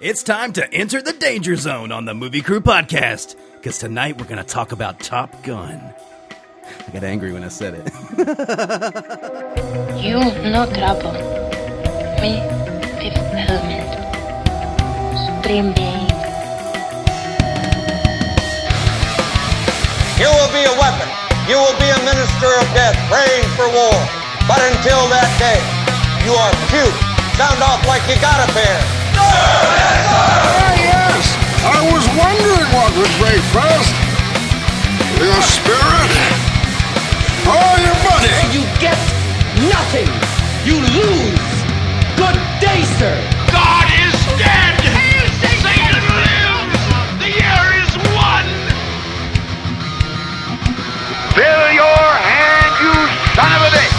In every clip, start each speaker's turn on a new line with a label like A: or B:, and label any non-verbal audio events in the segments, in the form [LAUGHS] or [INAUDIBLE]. A: It's time to enter the danger zone on the Movie Crew podcast because tonight we're going to talk about Top Gun. I got angry when I said it. [LAUGHS]
B: You no trouble. Me with helmet. Supreme being.
C: You will be a weapon. You will be a minister of death, praying for war. But until that day, you are cute. Sound off like you got a pair.
D: Ah, yes. I was wondering what would break first. Your spirit or your money?
E: You get nothing. You lose. Good day, sir.
F: God is dead! Satan lives! The year is one! Fill your hand, you son of a bitch!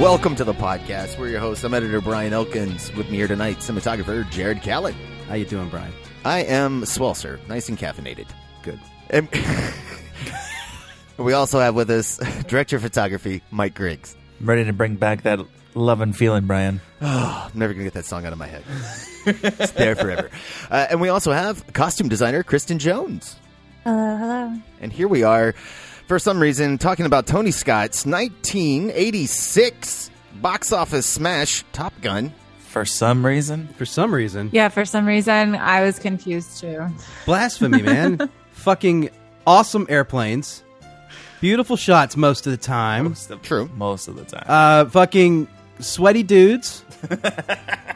G: Welcome to the podcast. We're your hosts. I'm editor Brian Elkins. With me here tonight, cinematographer Jared Callen.
A: How you doing, Brian?
G: I am swell, sir. Nice and caffeinated.
A: Good.
G: And [LAUGHS] we also have with us [LAUGHS] director of photography Mike Griggs.
H: I'm ready to bring back that love and feeling, Brian.
G: I'm never going to get that song out of my head.
A: [LAUGHS]
G: it's there forever. Uh, and we also have costume designer Kristen Jones.
I: Hello, hello.
G: And here we are, for some reason, talking about Tony Scott's 1986 box office smash Top Gun.
H: For some reason,
A: For some reason,
I: Yeah, for some reason I was confused too.
A: blasphemy,
I: [LAUGHS]
A: man. Fucking awesome airplanes. Beautiful shots most of the time.
H: most of,
G: True.
H: most of the time.
A: Uh, fucking sweaty
G: [LAUGHS]
A: dudes.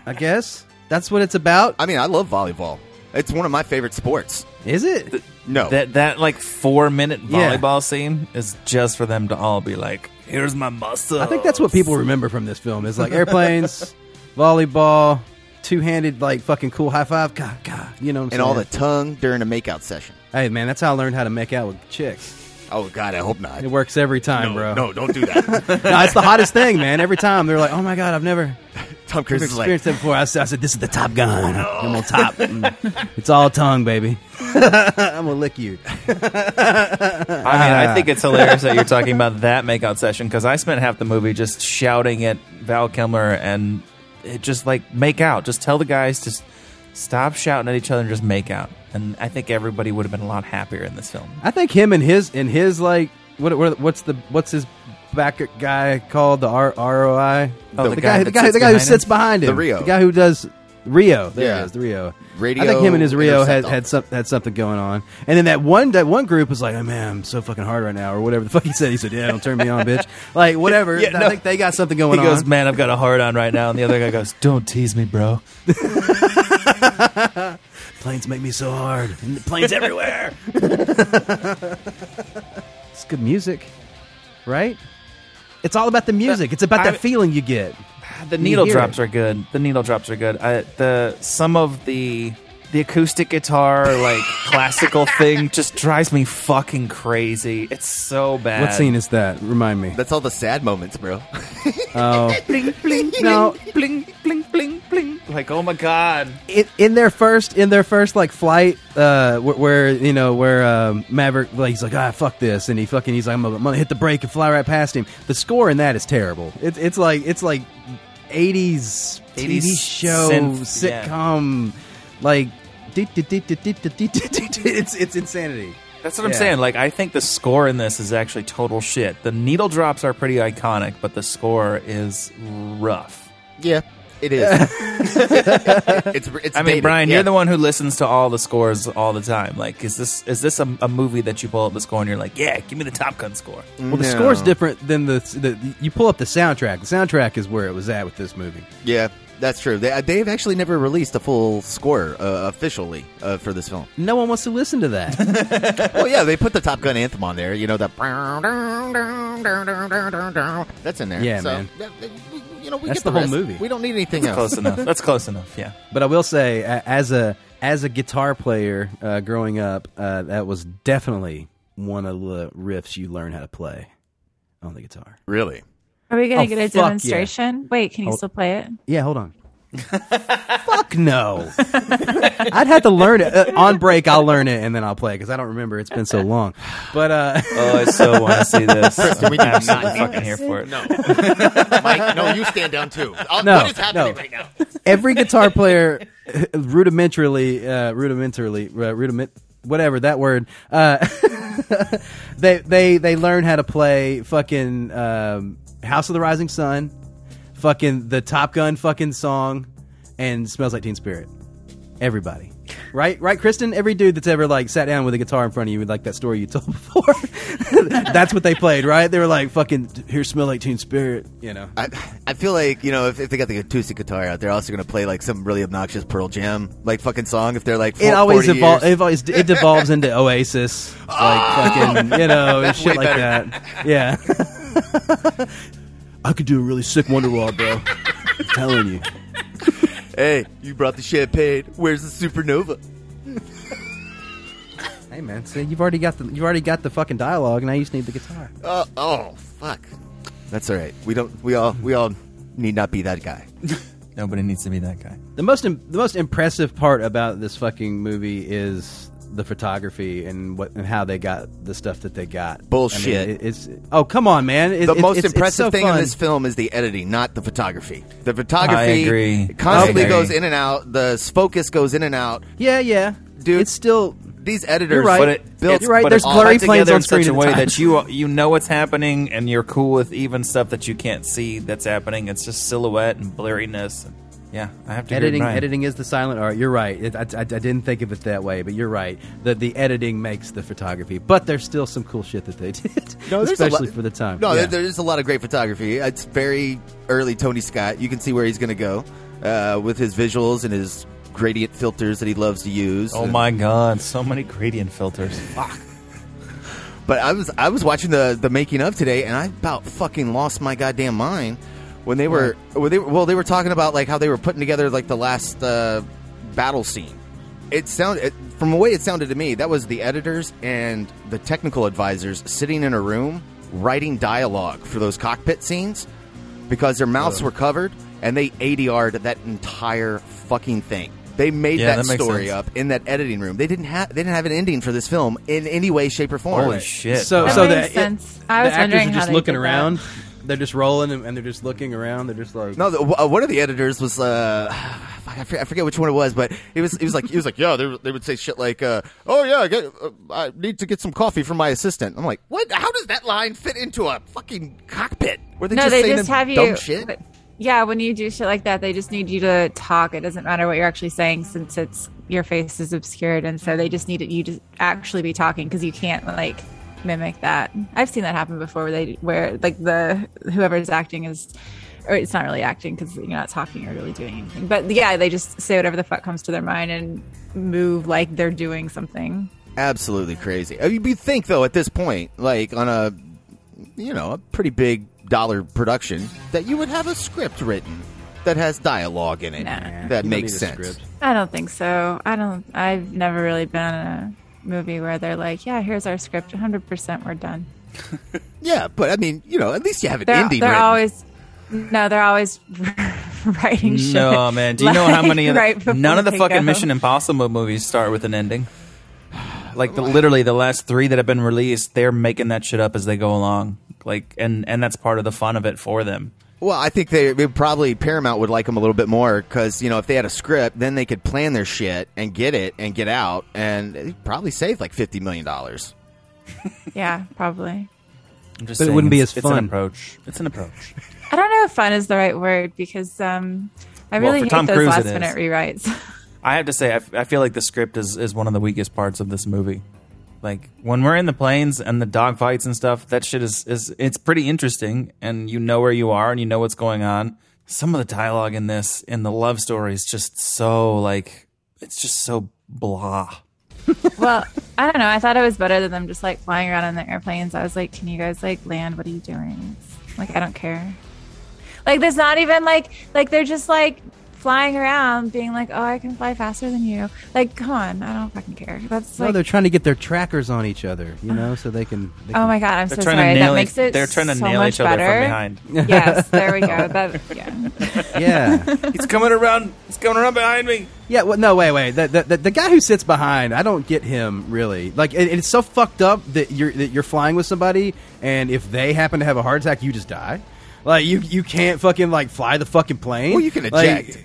A: I guess that's what it's about.
G: I mean, I love volleyball. It's one of my favorite sports.
A: Is it?
G: No,
H: that that like four minute
A: Yeah.
H: volleyball scene is just for them to all be like, "Here's my muscle."
A: I think that's what people remember from this film is like
G: [LAUGHS]
A: airplanes, volleyball, two handed like fucking cool high five. God, God, you know. What I'm
G: and all the
A: saying?
G: tongue during a makeout session.
A: Hey man, that's how I learned how to make out with chicks.
G: Oh God, I hope not.
A: It works every time, bro.
G: No, don't do
A: [LAUGHS]
G: that.
A: no, it's the hottest thing, man. Every time they're like, "Oh my God, I've
G: [LAUGHS]
A: never
G: Tom Cruise is like,
A: experienced that before." I said, I said, "This is the Top
G: [LAUGHS]
A: Gun. I'm on top. And it's all tongue, baby. [LAUGHS] I'm gonna lick you."
H: I mean, I
A: Ah.
H: think it's
A: [LAUGHS]
H: hilarious that you're talking about that makeout session because I spent half the movie just shouting at Val Kilmer and it just like make out. Just tell the guys to s- stop shouting at each other and just make out. And I think everybody would have been a lot happier in this film.
A: I think him and his and his like what, what what's the what's his back guy called the R, ROI?
H: Oh, the
A: guy,
H: guy
A: the
H: that
A: guy,
H: sits
A: the guy who
H: behind
A: sits
H: him?
A: behind him,
G: The Rio.
A: the guy who does Rio. There
G: Yeah.
A: it is, the Rio.
G: Radio
A: I think him and his Rio had,
G: Interceptor.
A: had some had something going on, and then that one that one group was like, "Oh man, I'm so fucking hard right now," or whatever the fuck he said. He said, "Yeah, don't turn me on, bitch." Like whatever.
H: Yeah,
A: I
H: no.
A: think they got something going
H: he goes,
A: on.
H: "Man, I've got a hard on right now," and the other guy goes, "Don't tease me, bro."
A: planes make me so hard, and the planes everywhere. it's good music, right? It's all about the music. It's about
H: I-
A: that feeling you get.
H: Uh, The needle
A: hear
H: drops
A: it.
H: are good. The needle drops are good. I, the some of the the acoustic guitar like classical thing just drives me fucking crazy. It's so bad.
A: What scene is that? Remind me.
G: That's all the sad moments, bro.
A: Oh,
H: Bling bling
A: No.
H: Oh, bling bling bling bling. Like oh my god.
A: in, in their first in their first like flight, uh, where, where you know where um, Maverick like he's like ah fuck this, and he fucking he's like I'm gonna, I'm gonna hit the brake and fly right past him. The score in that is terrible. It's it's like it's like 80s,
H: 80s
A: TV show
H: synth, yeah.
A: sitcom like. deet, deet, deet, deet, deet, deet, deet, deet, deet. It's it's insanity.
H: That's what I'm
A: Yeah.
H: saying. Like I think the score in this is actually total shit. The needle drops are pretty iconic, but the score is rough.
G: yeah. It is. it's, it's
J: I mean,
G: dated,
J: Brian,
G: yeah.
J: you're the one who listens to all the scores all the time. Like, is this is this a, a movie that you pull up the score and you're like, yeah, give me the Top Gun score?
A: Well, the score's different than the, the. You pull up the soundtrack. The soundtrack is where it was at with this movie.
G: Yeah, that's true. They, uh, they've actually never released a full score uh, officially uh, for this film.
A: No one wants to listen to that.
G: well, yeah, they put the Top Gun anthem on there. You know that that's in there.
A: Yeah,
G: so,
A: man.
G: yeah, You know, we
A: That's
G: get
A: the whole
G: rest.
A: movie.
G: We don't need anything
J: That's
G: else.
J: close enough. That's close enough. Yeah.
A: but I will say, a- as a as a guitar player uh, growing up, uh, that was definitely one of the riffs you learn how to play on the guitar.
G: Really?
H: Are we gonna
A: Oh,
H: get a
A: fuck yeah.
H: demonstration? Wait, can you
A: Hold-
H: still play it?
A: Yeah, hold [LAUGHS] on. Fuck no. I'd have to learn it. Uh, on break, I'll learn it and then I'll play because I don't remember. It's been [LAUGHS] so long. But uh,
J: Oh, I so
H: [LAUGHS]
J: want to see this.
G: Kristen, we do
J: I'm
G: not
J: absolutely
G: need
J: fucking
G: this.
J: here for it.
G: No, [LAUGHS] Mike, no, you stand down too. I'll-
A: No,
G: what is happening
A: no.
G: right now?
A: every
G: [LAUGHS]
A: guitar player uh, rudimentarily uh, rudimentarily uh, rudiment whatever that word uh, [LAUGHS] they they they learn how to play fucking um, House of the Rising Sun fucking the Top Gun fucking song and smells like Teen Spirit everybody right right Kristen every dude that's ever like sat down with a guitar in front of you with like that story you told [LAUGHS] before that's what they played right they were like fucking here smell like Teen Spirit you know
G: I, I feel like you know if, if they got the acoustic guitar out, they're also going to play like some really obnoxious Pearl Jam like fucking song. If they're like,
A: it
G: fo-
A: always
G: 40
A: evolves.
G: years. Oh!
A: It always it devolves into Oasis, like fucking, you know, and
G: [LAUGHS] That's
A: shit
G: way
A: like
G: better.
A: that. Yeah, [LAUGHS] I could do a really sick Wonderwall, bro. I'm telling you,
G: Hey, you brought the champagne. Where's the supernova?
A: hey man, see, you've already got the you've already got the fucking dialogue, and I just need the guitar.
G: Uh, oh, fuck. That's all right. We don't. We all. We all need not be that guy.
J: Nobody needs to be that guy.
A: The most im- the most impressive part about this fucking movie is the photography and what and how they got the stuff that they got. I mean,
G: Bullshit.
A: it- it's oh come on, man. It-
G: The
A: it-
G: most
A: it's- it's
G: impressive
A: so
G: thing
A: fun.
G: in this film is the editing, not the photography. The photography
J: agree.
G: constantly
J: I agree.
G: goes in and out. The focus goes in and out.
A: Yeah, yeah,
G: Dude.
A: It's still
G: These editors,
A: You're right.
J: But it,
G: built-
J: it's,
A: You're right,
J: But
A: there's
J: it's
A: blurry
J: all put
A: planes
J: together
A: on
J: in
A: screen
J: such a
A: at
J: way
A: times. [LAUGHS]
J: that you you know what's happening and you're cool with even stuff that you can't see that's happening. It's just silhouette and blurriness. And, yeah, I have to agree with
A: editing
J: Brian.
A: editing is the silent art you're right it, I, I, I didn't think of it that way but you're right the, the editing makes the photography but there's still some cool shit that they [LAUGHS] did
G: Oh, there's a
A: especially
G: lot-
A: for the time
G: No,
A: Yeah.
G: there, there's a lot of great photography. It's very early Tony Scott. You can see where he's going to go uh, with his visuals and his gradient filters that he loves to use.
J: Oh my god, so many gradient filters.
G: But I was I was watching the the making of today, and I about fucking lost my goddamn mind when they were when they well they were talking about like how they were putting together like the last uh, battle scene. It sounded it, from the way it sounded to me that was the editors and the technical advisors sitting in a room writing dialogue for those cockpit scenes because their mouths were covered and they ADR'd that entire fucking thing. They made
J: Yeah,
G: that,
J: that makes
G: story
J: sense.
G: up in that editing room. They didn't have they didn't have an ending for this film in any way, shape, or form.
J: Holy shit.
A: so
H: That
A: so
H: makes
A: the, it-
H: sense. I was
A: the actors
H: wondering
A: are
H: how
A: just
H: they
A: looking
H: did that.
A: around they're just rolling and, and they're just looking around they're just like
G: No, the, w- uh, one of the editors was. Uh, [SIGHS] fuck, I forget, I forget which one it was, but he was. He was like, he was like, yeah. They, were- they would say shit like, uh, "Oh yeah, I, get, uh, I need to get some coffee from my assistant." I'm like, what? How does that line fit into a fucking cockpit? Were they
H: no,
G: just
H: they
G: saying
H: just
G: them
H: have you.
G: dumb shit?
H: Yeah, when you do shit like that, they just need you to talk. It doesn't matter what you're actually saying since it's your face is obscured, and so they just need you to actually be talking because you can't like mimic that. I've seen that happen before, where they where like the whoever's acting is. Or it's not really acting because you're not talking or really doing anything. But yeah, they just say whatever the fuck comes to their mind and move like they're doing something.
G: Absolutely crazy. I mean, you think though at this point, like on a, you know, a pretty big dollar production, that you would have a script written that has dialogue in it
H: Nah.
G: that
A: you don't
G: makes
A: need a
G: sense.
A: script.
H: I don't think so. I don't. I've never really been in a movie where they're like, "Yeah, here's our script. 100 percent, we're done."
G: Yeah, but I mean, you know, at least you have an
H: They're,
G: ending.
H: they're
G: written.
H: always no. They're always [LAUGHS] writing shit.
J: No man, do you know how
H: Like,
J: many of the,
H: [LAUGHS] right before
J: none of the
H: they
J: fucking [LAUGHS]
H: go.
J: Mission Impossible movies start with an ending? [SIGHS] Like the, literally the last three that have been released, they're making that shit up as they go along. Like and and that's part of the fun of it for them.
G: Well, I think they, they probably Paramount would like them a little bit more because you know if they had a script, then they could plan their shit and get it and get out and it'd probably save like fifty million dollars.
H: Yeah, probably.
J: I'm just
A: But it
J: saying
A: wouldn't be
J: it's-
A: as
J: It's [LAUGHS]
A: fun.
J: an approach. It's an approach.
H: I don't know if fun is the right word because um, I
J: Well,
H: really
J: for
H: hate
J: Tom
H: those
J: Cruise,
H: last
J: it is.
H: minute rewrites. [LAUGHS]
J: I have to say, I, f- I feel like the script is, is one of the weakest parts of this movie. Like when we're in the planes and the dogfights and stuff, that shit is, is it's pretty interesting, and you know where you are and you know what's going on. Some of the dialogue in this, in the love story, is just so like it's just so blah.
H: well, I don't know. I thought it was better than them just like flying around in the airplanes. I was like, can you guys like land? What are you doing? It's, like, I don't care. Like, there's not even like, like they're just like flying around being like, oh, I can fly faster than you. Like, come on. I don't fucking care. That's
A: No,
H: like,
A: they're trying to get their trackers on each other, you know, so they can. They
H: Oh
A: can-
H: my God, I'm They're so trying to sorry. That nail makes each- it
J: They're trying to
H: so
J: nail
H: much
J: each other
H: better.
J: from behind.
H: [LAUGHS] yes, there
J: [LAUGHS]
H: we go. That, yeah. Uh,
A: Yeah. [LAUGHS]
J: He's coming around. He's coming around behind me.
A: Yeah, well, no, wait, wait. The, the, the, the guy who sits behind, I don't get him really. Like, it, it's so fucked up that you're that you're flying with somebody, and if they happen to have a heart attack, you just die. Like, you you can't fucking like fly the fucking plane.
G: Well, you can
A: Like,
G: eject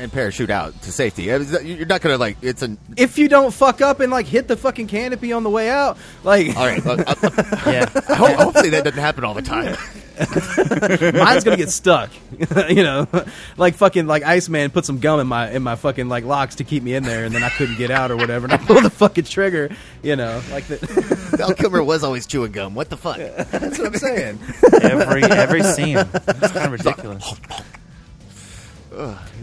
G: and parachute out to safety. Uh, You're not gonna like it's an.
A: if you don't fuck up and like hit the fucking canopy on the way out, like
G: All right, look, uh,
A: [LAUGHS]
G: [LAUGHS]
J: yeah.
G: Ho- hopefully that doesn't happen all the time.
A: [LAUGHS] mine's gonna get stuck. you know, like fucking like Iceman put some gum in my in my fucking like locks to keep me in there, and then I couldn't get out or whatever, and I pulled the fucking trigger. You know, like the,
G: Val Kilmer was always chewing gum. What the fuck?
A: that's what I'm saying.
J: Every every scene, it's kind of ridiculous.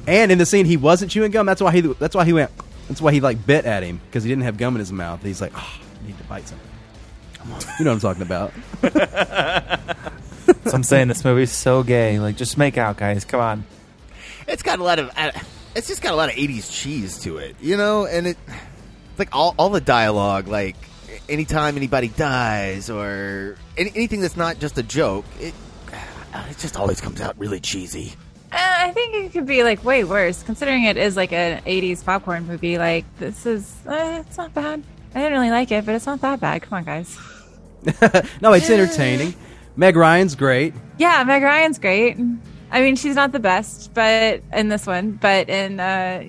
A: And in the scene, he wasn't chewing gum. That's why he. That's why he went. That's why he like bit at him because he didn't have gum in his mouth. He's like, oh, I need to bite something. You know what I'm talking about?
J: So I'm saying this movie's so gay. Like, just make out, guys. Come on.
G: It's got a lot of. Uh, it's just got a lot of '80s cheese to it, you know. And it, it's like all all the dialogue, like anytime anybody dies or any, anything that's not just a joke, it uh, it just always comes out really cheesy.
H: Uh, I think it could be like way worse, considering it is like an '80s popcorn movie. Like this is, uh, it's not bad. I didn't really like it, but it's not that bad. Come on, guys.
A: No, it's entertaining. Meg Ryan's great.
H: Yeah, Meg Ryan's great. I mean, she's not the best, but in this one, but in uh,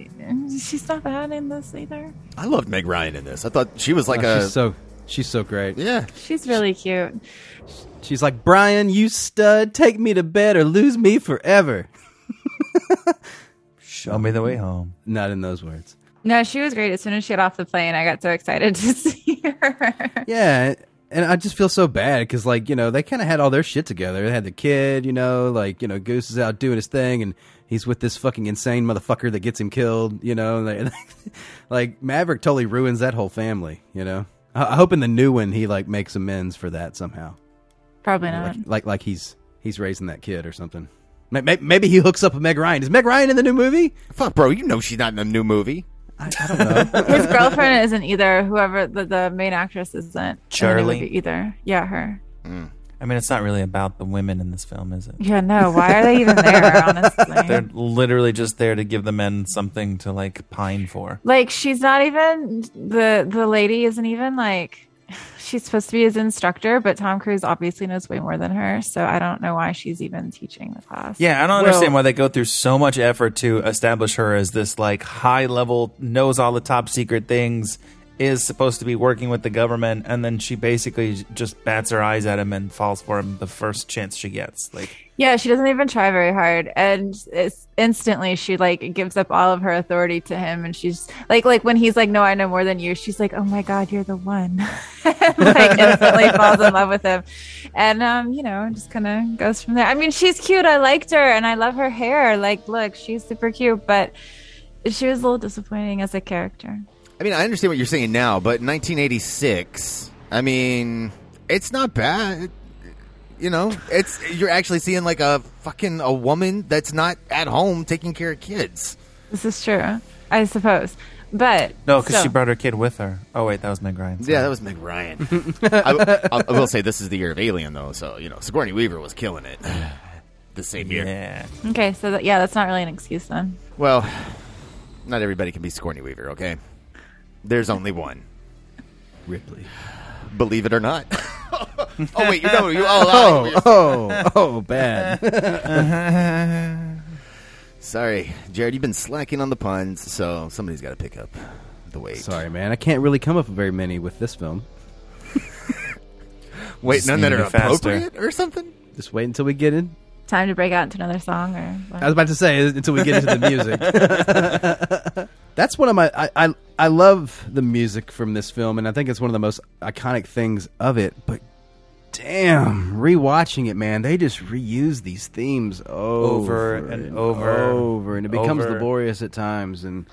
H: she's not bad in this either.
G: I loved Meg Ryan in this. I thought she was like
A: Oh,
G: a
A: she's so she's so great.
G: yeah.
H: She's really cute.
A: She's like Brian, you stud, take me to bed or lose me forever. [LAUGHS]
J: Show me the way home.
A: Not in those words.
H: No, she was great. As soon as she got off the plane, I got so excited [LAUGHS] to see her.
A: Yeah, and I just feel so bad because, like, you know, they kind of had all their shit together. They had the kid, you know, like, you know, Goose is out doing his thing, and he's with this fucking insane motherfucker that gets him killed, you know. And they, [LAUGHS] like, Maverick totally ruins that whole family, you know. I, I hope in the new one he like makes amends for that somehow.
H: Probably
A: Like,
H: not.
A: like, like he's he's raising that kid or something. May- may- Maybe he hooks up with Meg Ryan. Is Meg Ryan in the new movie?
G: Fuck, bro, you know she's not in a new movie.
J: [LAUGHS]
H: His girlfriend isn't either. Whoever the, the main actress isn't in the
J: Charlie.
H: movie either. Yeah, her.
J: I mean, it's not really about the women in this film, is it?
H: Yeah, no. Why are they
J: [LAUGHS]
H: even there?
J: They're
H: Honestly,
J: literally just there to give the men something to like pine for.
H: like she's not even the the lady isn't even like she's supposed to be his instructor, but Tom Cruise obviously knows way more than her, so I don't know why she's even teaching the class.
J: Yeah, I don't
G: Well-
J: understand why they go through so much effort to establish her as this like high level, knows all the top secret things, is supposed to be working with the government, and then she basically j- just bats her eyes at him and falls for him the first chance she gets. Like,
H: Yeah, she doesn't even try very hard, and it's instantly she like gives up all of her authority to him, and she's like, like when he's like, "No, I know more than you," she's like, "Oh my god, you're the one!" [LAUGHS]
J: [LAUGHS]
H: like instantly falls in love with him, and um, you know, just kind of goes from there. I mean, she's cute. I liked her, and I love her hair. Like, look, she's super cute, but she was a little disappointing as a character.
G: I mean, I understand what you're saying now, but 1986. I mean, it's not bad. You know, it's you're actually seeing like a fucking a woman that's not at home taking care of kids.
H: This is true, I suppose, but
J: no, because she
H: still.
J: brought her kid with her. Oh wait, that was Meg Ryan.
G: Yeah, that was Meg [LAUGHS] Ryan. I, I- I will say this is the year of Alien, though, so you know Sigourney Weaver was killing it [SIGHS] the same year.
J: Yeah.
H: okay. So that, yeah, that's not really an excuse then.
G: Well, not everybody can be Sigourney Weaver, okay? There's only one.
A: Ripley.
G: Believe it or not. [LAUGHS] oh wait, you know you all.
A: Oh, oh,
J: [LAUGHS]
A: oh, bad.
G: Sorry, Jared, you've been slacking on the puns, so somebody's got to pick up the weight.
A: Sorry, man. I can't really come up with very many with this film.
G: Wait,
J: Just
G: none that
J: need to
G: are
J: be faster.
G: appropriate or something?
A: Just wait until we get in
H: time to break out into another song or what?
A: I was about to say until we get into the music. [LAUGHS] That's one of my I, I I love the music from this film, and I think it's one of the most iconic things of it. But damn, rewatching it, man, they just reuse these themes
J: Over
A: over,
J: and over,
A: over, and it becomes
J: over.
A: laborious at times. And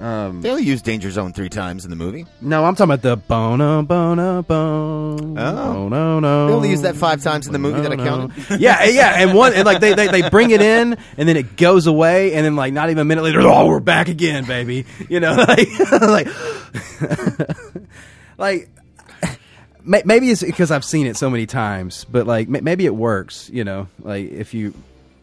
A: um,
G: They only used Danger Zone three times in the movie.
A: no, I'm talking about the bono bono bone. Oh no no!
G: They only used that five times in the movie that I counted.
A: [LAUGHS] yeah, and- yeah, and one and like they, they they bring it in and then it goes away and then like not even a minute later, oh, we're back again, baby. You know, [LAUGHS] like like like may- maybe it's because I've seen it so many times, but like may- maybe it works. You know, like if you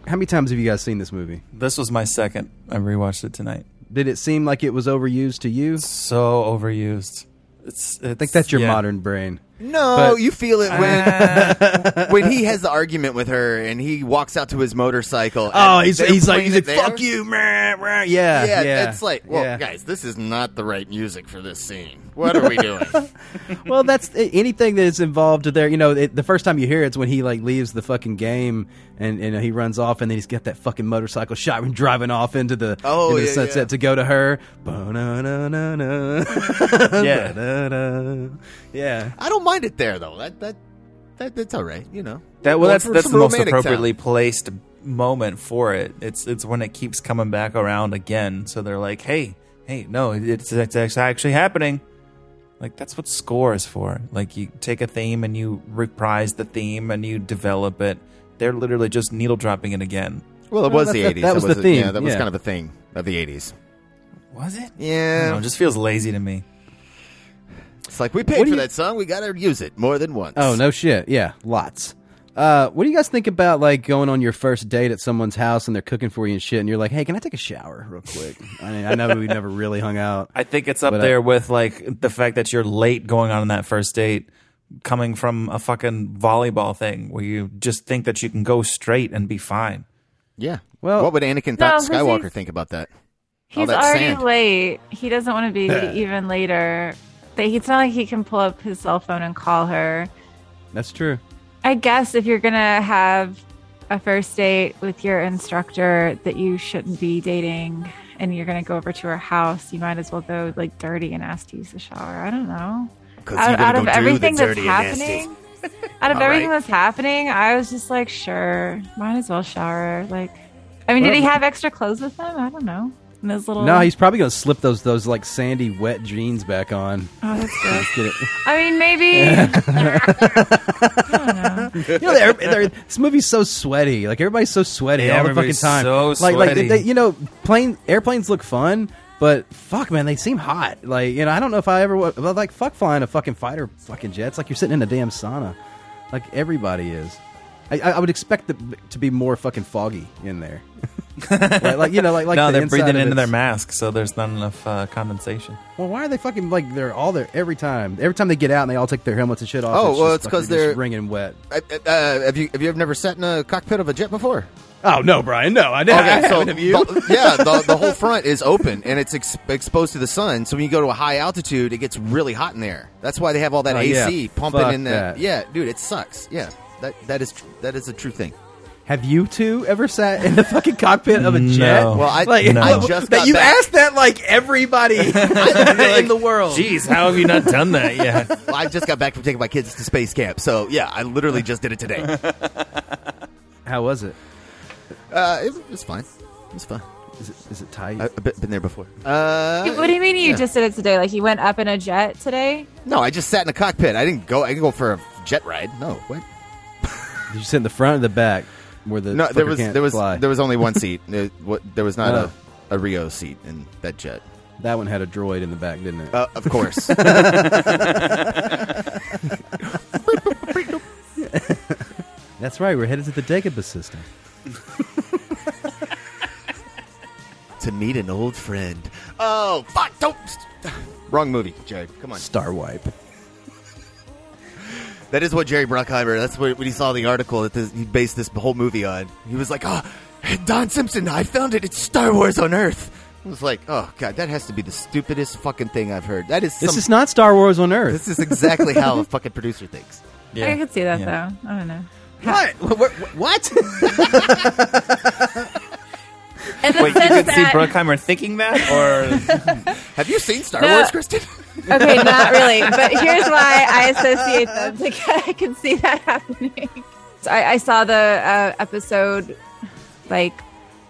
A: how many times have you guys seen this movie?
J: This was my second. I rewatched it tonight.
A: Did it seem like it was overused to you?
J: So overused. It's,
A: I think that's your modern brain.
G: No,
A: But-
G: you feel it
A: [LAUGHS]
G: when when he has the argument with her and he walks out to his motorcycle. and
A: Oh, he's
G: they're
A: he's like
G: playing
A: he's
G: it
A: like
G: there.
A: fuck you, man. Yeah, yeah,
G: yeah, It's like, well,
A: yeah.
G: guys, this is not the right music for this scene. What are
A: [LAUGHS]
G: we doing?
A: well, that's anything that's involved there. You know, it, the first time you hear it's when he like leaves the fucking game and and uh, he runs off, and then he's got that fucking motorcycle shot and driving off into the
G: Oh,
A: into
G: yeah,
A: the sunset
G: yeah.
A: to go to her.
G: [LAUGHS]
A: Ba-na-na-na-na.
J: Yeah.
A: Ba-da-da. yeah.
G: I don't mind it there though. That that, that that's all right. You know.
J: That well,
G: Going
J: that's
G: for
J: that's
G: some
J: the most
G: romantic time.
J: appropriately placed moment for it. It's it's when it keeps coming back around again. So they're like, hey, hey, no, it's it's act- actually happening. Like that's what score is for. Like you take a theme and you reprise the theme and you develop it. They're literally just needle dropping it again.
G: Well, it
A: Well,
G: was
A: that-
G: the
A: that-
G: eighties.
A: that was the theme,
G: Yeah, that was
A: yeah.
G: kind of a thing of the eighties.
J: Was it? I don't know,
G: Yeah,
J: it just feels lazy to me.
G: it's like we paid
A: What
G: for
A: do you-
G: that song. We got to use it more than once.
A: Oh no shit. Yeah, lots. Uh, what do you guys think about like going on your first date at someone's house and they're cooking for you and shit, and you're like, hey, can I take a shower real quick? I mean, I know we never really hung out.
J: I think it's up
A: But I-
J: there with like the fact that you're late going on that first date, coming from a fucking volleyball thing where you just think that you can go straight and be fine.
G: Yeah.
A: Well-
G: what would Anakin
H: No,
G: Th-
H: 'cause
G: Skywalker
H: he's-
G: think about that? All
H: He's
G: that
H: already
G: sand.
H: late. He doesn't want to be even later. They- It's not like he can pull up his cell phone and call her.
A: That's true.
H: I guess if you're gonna have a first date with your instructor that you shouldn't be dating, and you're gonna go over to her house, you might as well go like dirty and ask to use the shower. I don't know.
G: 'Cause you're
H: Out,
G: gonna
H: out
G: go
H: of
G: do the
H: everything that's
G: dirty and nasty.
H: happening, out
G: [LAUGHS]
H: of
G: All
H: everything
G: right.
H: that's happening, I was just like, sure, might as well shower. Like, I mean, did he have extra clothes with him? I don't know. In his little
A: No, he's probably gonna slip those those like sandy wet jeans back on.
H: Oh, that's good.
A: Let's get it.
H: I mean, maybe.
A: You know, they're, they're, this movie's so sweaty. Like everybody's so sweaty
J: Yeah,
A: all the fucking
J: everybody's
A: time.
J: so
A: like, like
J: sweaty.
A: they, you know, plane airplanes look fun, but fuck, man, they seem hot. Like, you know, I don't know if I ever would, but, like fuck flying a fucking fighter fucking jet. It's like you're sitting in a damn sauna. Like everybody is. I, I I would expect it to be more fucking foggy in there. [LAUGHS] like, like, you know, like like
J: no,
A: the
J: they're
A: inside
J: breathing
A: of
J: into their
A: it's-
J: mask, so there's not enough uh, condensation.
A: Well, why are they fucking like they're all there every time? Every time they get out and they all take their helmets and shit off.
G: Oh, well,
A: just
G: it's
A: like
G: 'cause
A: you're just
G: they're-
A: wringing wet.
G: Uh, uh, uh, have you have you ever never sat in a cockpit of a jet before?
A: Oh no, Brian, no, I didn't.
G: Okay, so the- yeah, the, the whole front is open and it's ex- exposed to the sun. So when you go to a high altitude, it gets really hot in there. That's why they have all that
A: Oh, yeah.
G: AC pumping
A: Fuck
G: in
A: that.
G: there. Yeah, dude, it sucks. Yeah, that that is tr- that is a true thing.
A: Have you two ever sat in the fucking cockpit of a
J: No.
A: jet?
G: Well, I,
A: Like,
J: No.
G: I
J: Well,
G: just
A: that
G: got
A: you
G: back.
A: asked that like
G: [LAUGHS]
A: everybody in the world.
J: Jeez, how have you not done that
G: [LAUGHS]
J: yet?
G: Well, I just got back from taking my kids to space camp. So yeah, I literally just did it today.
A: How was it?
G: Uh, it, it's fine. It's fine.
A: Is it, is it tight?
G: I- I've been been there before. Uh,
H: what do you mean you
G: yeah.
H: just did it today? Like you went up in a jet today?
G: No, I just sat in a cockpit. I didn't go. I didn't go for a jet ride. No, what?
A: Did you sit in the front or the back where the
G: No, there
A: fucker
G: was
A: can't
G: there was
A: fly?
G: there was only one
A: [LAUGHS]
G: seat. There, what, there was not
A: Oh.
G: a, a Rio seat in that jet.
A: that one had a droid in the back, didn't it?
G: Uh, of [LAUGHS] course.
A: That's right. We're headed to the Dagobah system.
G: to meet an old friend. Oh fuck! Don't. [SIGHS] Wrong movie, Jared. Come on.
A: Star wipe.
G: That is what Jerry Bruckheimer. That's what when he saw the article that this, he based this whole movie on. He was like, "Oh, Don Simpson, I found it. It's Star Wars on Earth." I was like, "Oh god, that has to be the stupidest fucking thing I've heard." That is. Some,
A: This is not Star Wars on Earth.
G: This is exactly how a fucking producer thinks.
J: Yeah.
H: I could see that
J: Yeah.
H: though. I don't know.
G: What? What? What?
H: And it
J: Wait, you
H: says
J: could see
H: that-
J: Bruckheimer thinking that, or
G: [LAUGHS] have you seen Star
H: No.
G: Wars, Kristen?
H: Okay, not really. But here's why I associate them. Like, [LAUGHS] I can see that happening. So I, I saw the uh, episode, like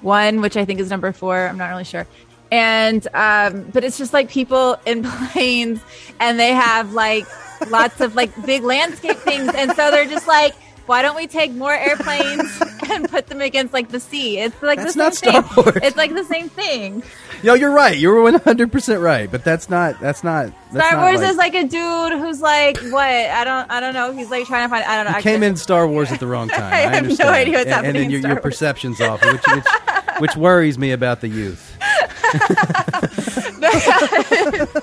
H: one, which I think is number four. I'm not really sure. And um, but it's just like people [LAUGHS] in planes, and they have like lots of like big landscape things, and so they're just like. Why don't we take more airplanes [LAUGHS] and put them against like the sea? It's like
A: That's
H: the
A: not
H: same
A: Star
H: thing.
A: Wars.
H: It's like the same thing.
A: No, you're right. You were 100 percent right, but that's not. That's not. That's
H: Star
A: not
H: Wars is like a dude who's like what? I don't I don't know. He's like trying to find I don't know.
A: You
H: I
A: came in Star Wars at the wrong time.
H: [LAUGHS] I have no
A: understand.
H: idea what's
A: and,
H: happening
A: And then
H: in
A: your,
H: Star
A: your
H: Wars.
A: perception's off, which, which which worries me about the youth.
H: couldn't-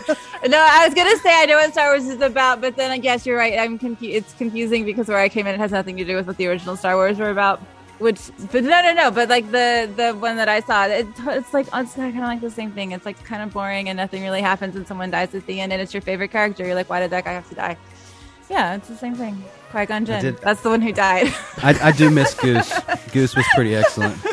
H: no, I was gonna say I know what Star Wars is about, but then I guess you're right. I'm confused. It's confusing because where I came in it has nothing to do with what the original Star Wars were about. Which, but no, no, no. But like the the one that I saw, it, it's like it's kind of like the same thing. It's like kind of boring and nothing really happens, and someone dies at the end, and it's your favorite character. You're like, why did that guy have to die? Yeah, it's the same thing. Qui Gon
A: I
H: Jinn.
A: did-
H: That's the one who died. [LAUGHS]
A: I, I do miss Goose. Goose was pretty excellent.
G: [LAUGHS]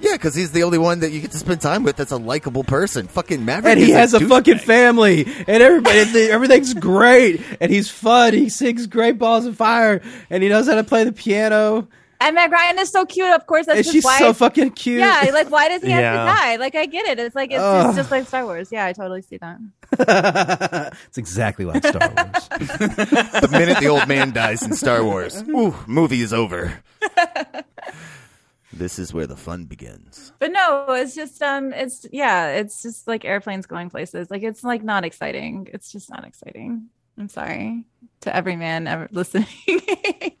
G: Yeah, because he's the only one that you get to spend time with that's a likable person. Fucking Maverick.
A: and he
G: is
A: has a
G: douche-
A: fucking family, and everybody, th- everything's great, and he's fun. He sings great balls of fire, and he knows how to play the piano.
H: And Meg Ryan is so cute. Of course, that's
A: and
H: just
A: she's
H: why.
A: so fucking cute. [LAUGHS]
H: Yeah, like why does he have
A: Yeah.
H: to die? Like I get it. It's like it's,
A: Ugh.
H: it's just like Star Wars. Yeah, I totally see that.
A: it's exactly like Star Wars.
G: the minute the old man dies in Star Wars, ooh, movie is over. this is where the fun begins.
H: But no, it's just um, it's yeah, it's just like airplanes going places. Like it's like not exciting. It's just not exciting. I'm sorry to every man ever [LAUGHS] listening.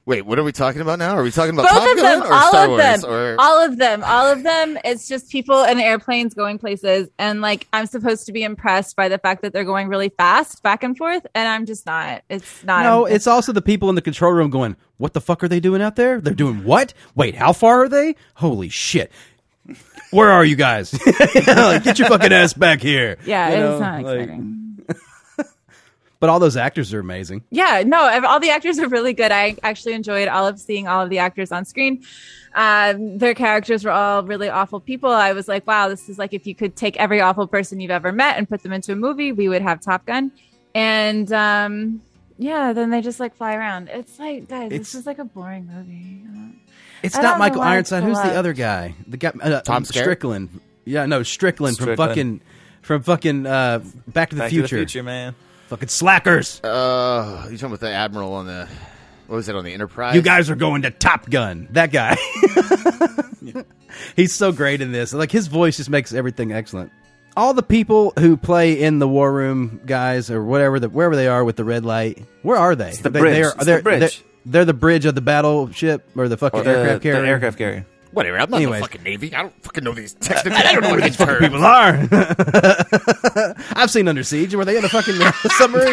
G: Wait, what are we talking about now? Are we talking about
H: Both
G: Top
H: of them,
G: Gun or
H: all
G: Star
H: of
G: Wars?
H: them,
G: Or oh,
H: all of them, all of them. It's just people in airplanes going places, and like I'm supposed to be impressed by the fact that they're going really fast back and forth, and I'm just not. It's not.
A: No, it's also the people in the control room going, "What the fuck are they doing out there? They're doing what? Wait, how far are they? Holy shit! Where are you guys? [LAUGHS] Like, Get your fucking ass back here!"
H: Yeah,
A: You
H: it is
A: know,
H: not
A: like-
H: exciting.
A: but all those actors are amazing.
H: Yeah, no, ev- all the actors are really good. I actually enjoyed all of seeing all of the actors on screen. Um, their characters were all really awful people. I was like, wow, this is like if you could take every awful person you've ever met and put them into a movie, we would have Top Gun. And um, yeah, then they just like fly around. It's like, guys,
A: It's-
H: this is like a boring movie. I don't-
A: It's
H: I
A: not
H: don't know
A: Michael
H: why it's
A: Ironside.
H: so
A: Who's
H: loved.
A: the other guy? The guy, uh,
G: Tom
A: um,
G: Skerritt?
A: Strickland. Yeah, no, Strickland, from
J: Strickland.
A: fucking from fucking uh, Back to the
J: Back
A: Future.
J: to the Future, man.
A: Fucking slackers.
G: uh, you talking about the admiral on the what was it on the Enterprise?
A: You guys are going to Top Gun. That guy. [LAUGHS] He's so great in this. Like his voice just makes everything excellent. All the people who play in the war room, guys, or whatever, the, wherever they are with the red light, where are they?
J: the
A: they,
J: bridge.
A: They are,
J: It's the
A: they're,
J: bridge.
A: They're, they're the bridge of the battleship or the fucking
J: Or the-
A: aircraft
J: the
A: carrier.
J: aircraft carrier.
G: Whatever. I'm not in the
A: Anyways.
G: fucking navy. I don't fucking know these technical. I don't know what these terms.
A: people are. [LAUGHS] I've seen Under Siege. Were they in a fucking [LAUGHS] submarine?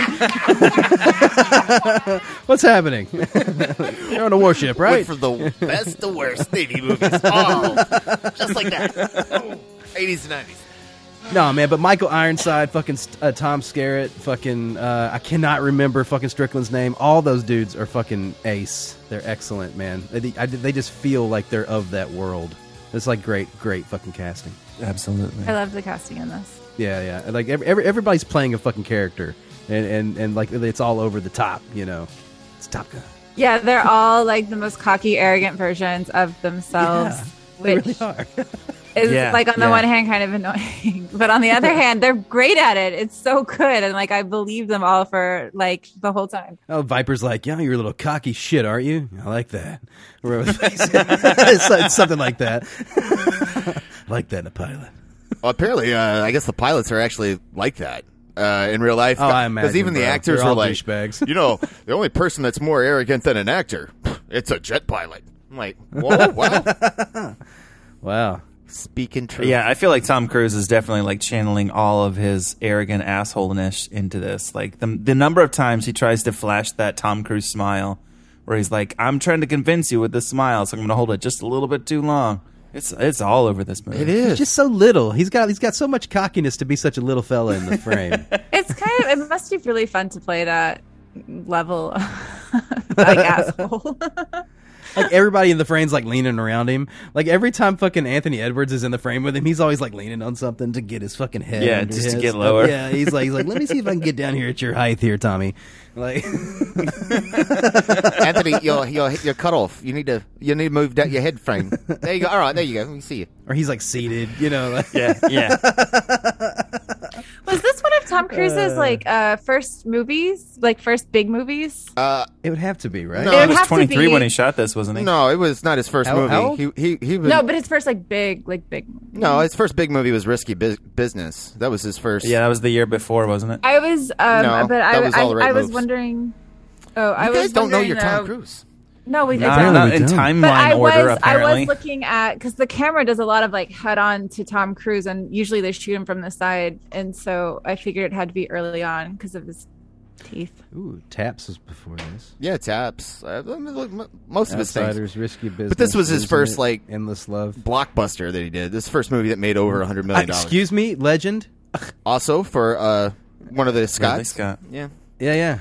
A: What's happening? [LAUGHS] They're on a warship, right?
G: Went from the best to worst Navy movies.
A: [LAUGHS]
G: All just like that. Oh, 80s and 90s.
A: No, man, but Michael Ironside, fucking uh, Tom Skerritt, fucking, uh, I cannot remember fucking Strickland's name. All those dudes are fucking ace. They're excellent, man. They, I, they just feel like they're of that world. It's like great, great fucking casting.
J: Absolutely.
H: I love the casting in this.
A: Yeah, yeah. Like every, every, everybody's playing a fucking character, and, and, and like it's all over the top, you know. It's Top Gun.
H: Yeah, they're all like the most cocky, arrogant versions of themselves.
A: They
H: which
A: really are.
H: is
A: Yeah,
H: like on the
A: yeah.
H: one hand kind of annoying, [LAUGHS] but on the other hand, they're great at it. It's so good, and like I believe them all for like the whole time.
A: [LAUGHS] Oh, Viper's like, yeah, you're a little cocky shit, aren't you? I like that. [LAUGHS] Or whatever the fuck he said. Something like that. [LAUGHS] like that in a pilot.
G: Well, apparently, uh, I guess the pilots are actually like that uh, in real life.
A: Oh, I imagine,
G: even the
A: bro.
G: actors
A: They're
G: were
A: all
G: like,
A: douchebags. [LAUGHS]
G: you know, the only person that's more arrogant than an actor, it's a jet pilot. I'm like,
A: [LAUGHS]
G: whoa, wow.
A: Wow.
G: Speaking truth. [LAUGHS]
J: Yeah, I feel like Tom Cruise is definitely like channeling all of his arrogant assholeness into this. Like the the number of times he tries to flash that Tom Cruise smile, where he's like, "I'm trying to convince you with this smile, so I'm going to hold it just a little bit too long." It's it's all over this movie.
A: He's just so little. He's got he's got so much cockiness to be such a little fella in the frame.
H: It's kind of it [LAUGHS] must be really fun to play that level, like asshole.
A: [LAUGHS] like everybody in the frame's like leaning around him. Like every time fucking Anthony Edwards is in the frame with him, he's always like leaning on something to get his fucking head.
J: Yeah,
A: under
J: just to
A: his-
J: get lower.
A: Yeah, he's like he's like, let me see if I can get down here at your height here, Tommy. Like [LAUGHS]
G: Anthony, your your your cut off. You need to you need to move down your head
A: [LAUGHS]
G: frame. There you go. All right, there you go. Let me see you.
A: or he's like seated, you know. Like.
J: Yeah, yeah.
H: Was this one of Tom Cruise's
A: Uh.
H: like uh first movies, like first big movies?
G: Uh,
A: [LAUGHS] it would have to be right.
H: No, It would
J: he was
H: have to
J: 23
H: be-
J: when he shot this, wasn't he?
G: No, it was not his first
J: How-
G: movie.
J: how old?
G: He he he was
H: no, but his first like big, like big.
G: no, his first big movie was Risky Bus- Business. That was his first.
J: Yeah, that was the year before, wasn't it?
H: I was, um,
G: No,
H: but I,
G: that was
H: I,
G: all the right
H: I was
G: moves.
H: wondering. Oh, I
G: You
H: was
G: guys don't know
H: wondering, uh,
G: you're Tom
H: though-
G: Cruise.
H: No, we
J: Not,
H: I don't.
J: not in timeline
H: But I was,
J: order,
H: I
J: apparently.
H: was looking at because the camera does a lot of like head on to Tom Cruise, and usually they shoot him from the side, and so I figured it had to be early on because of his teeth.
A: [LAUGHS] Ooh, Taps was before this.
G: Yeah, Taps. Uh, m- most of his
A: Outsiders,
G: things.
A: risky business.
G: But this was his
A: Isn't
G: first
A: It?
G: like
A: endless love
G: blockbuster that he did. This first movie that made over a hundred million dollars.
A: Excuse me, Legend.
G: Also for uh, one of the Scots.
J: Scott.
G: Yeah.
A: Yeah, yeah.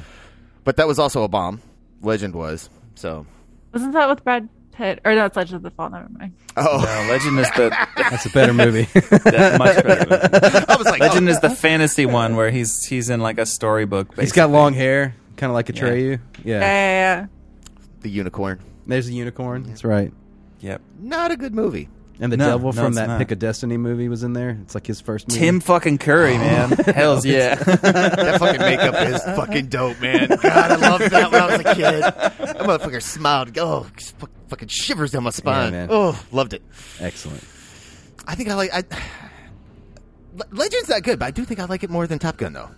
G: But that was also a bomb. Legend was so.
H: Wasn't that with Brad Pitt? Or no, it's Legend of the Fall. Never mind.
G: Oh,
J: no, Legend is the
A: that's a better movie.
J: much better. Movie.
G: I was like,
J: Legend is the fantasy one where he's he's in like a storybook. Basically.
A: He's got long hair, kind of like Atreyu. Yeah.
H: Yeah,
G: [LAUGHS] The unicorn.
A: There's a unicorn. That's right.
J: Yep.
G: Not a good movie.
A: And the
J: No,
A: devil
J: no,
A: from
J: it's
A: that
J: not.
A: Pick a Destiny movie was in there. It's like his first movie.
J: Tim fucking
G: Oh.
J: Curry,
G: [LAUGHS]
J: man. Hell's yeah.
G: That fucking makeup is fucking dope, man. God, I loved that when I was a kid. That motherfucker smiled. Oh, fuck- fucking shivers down my spine.
A: man.
G: oh, loved it.
A: [LAUGHS] Excellent.
G: I think I like. I, [SIGHS] Le- Legend's not good, but I do think I like it more than Top Gun, though.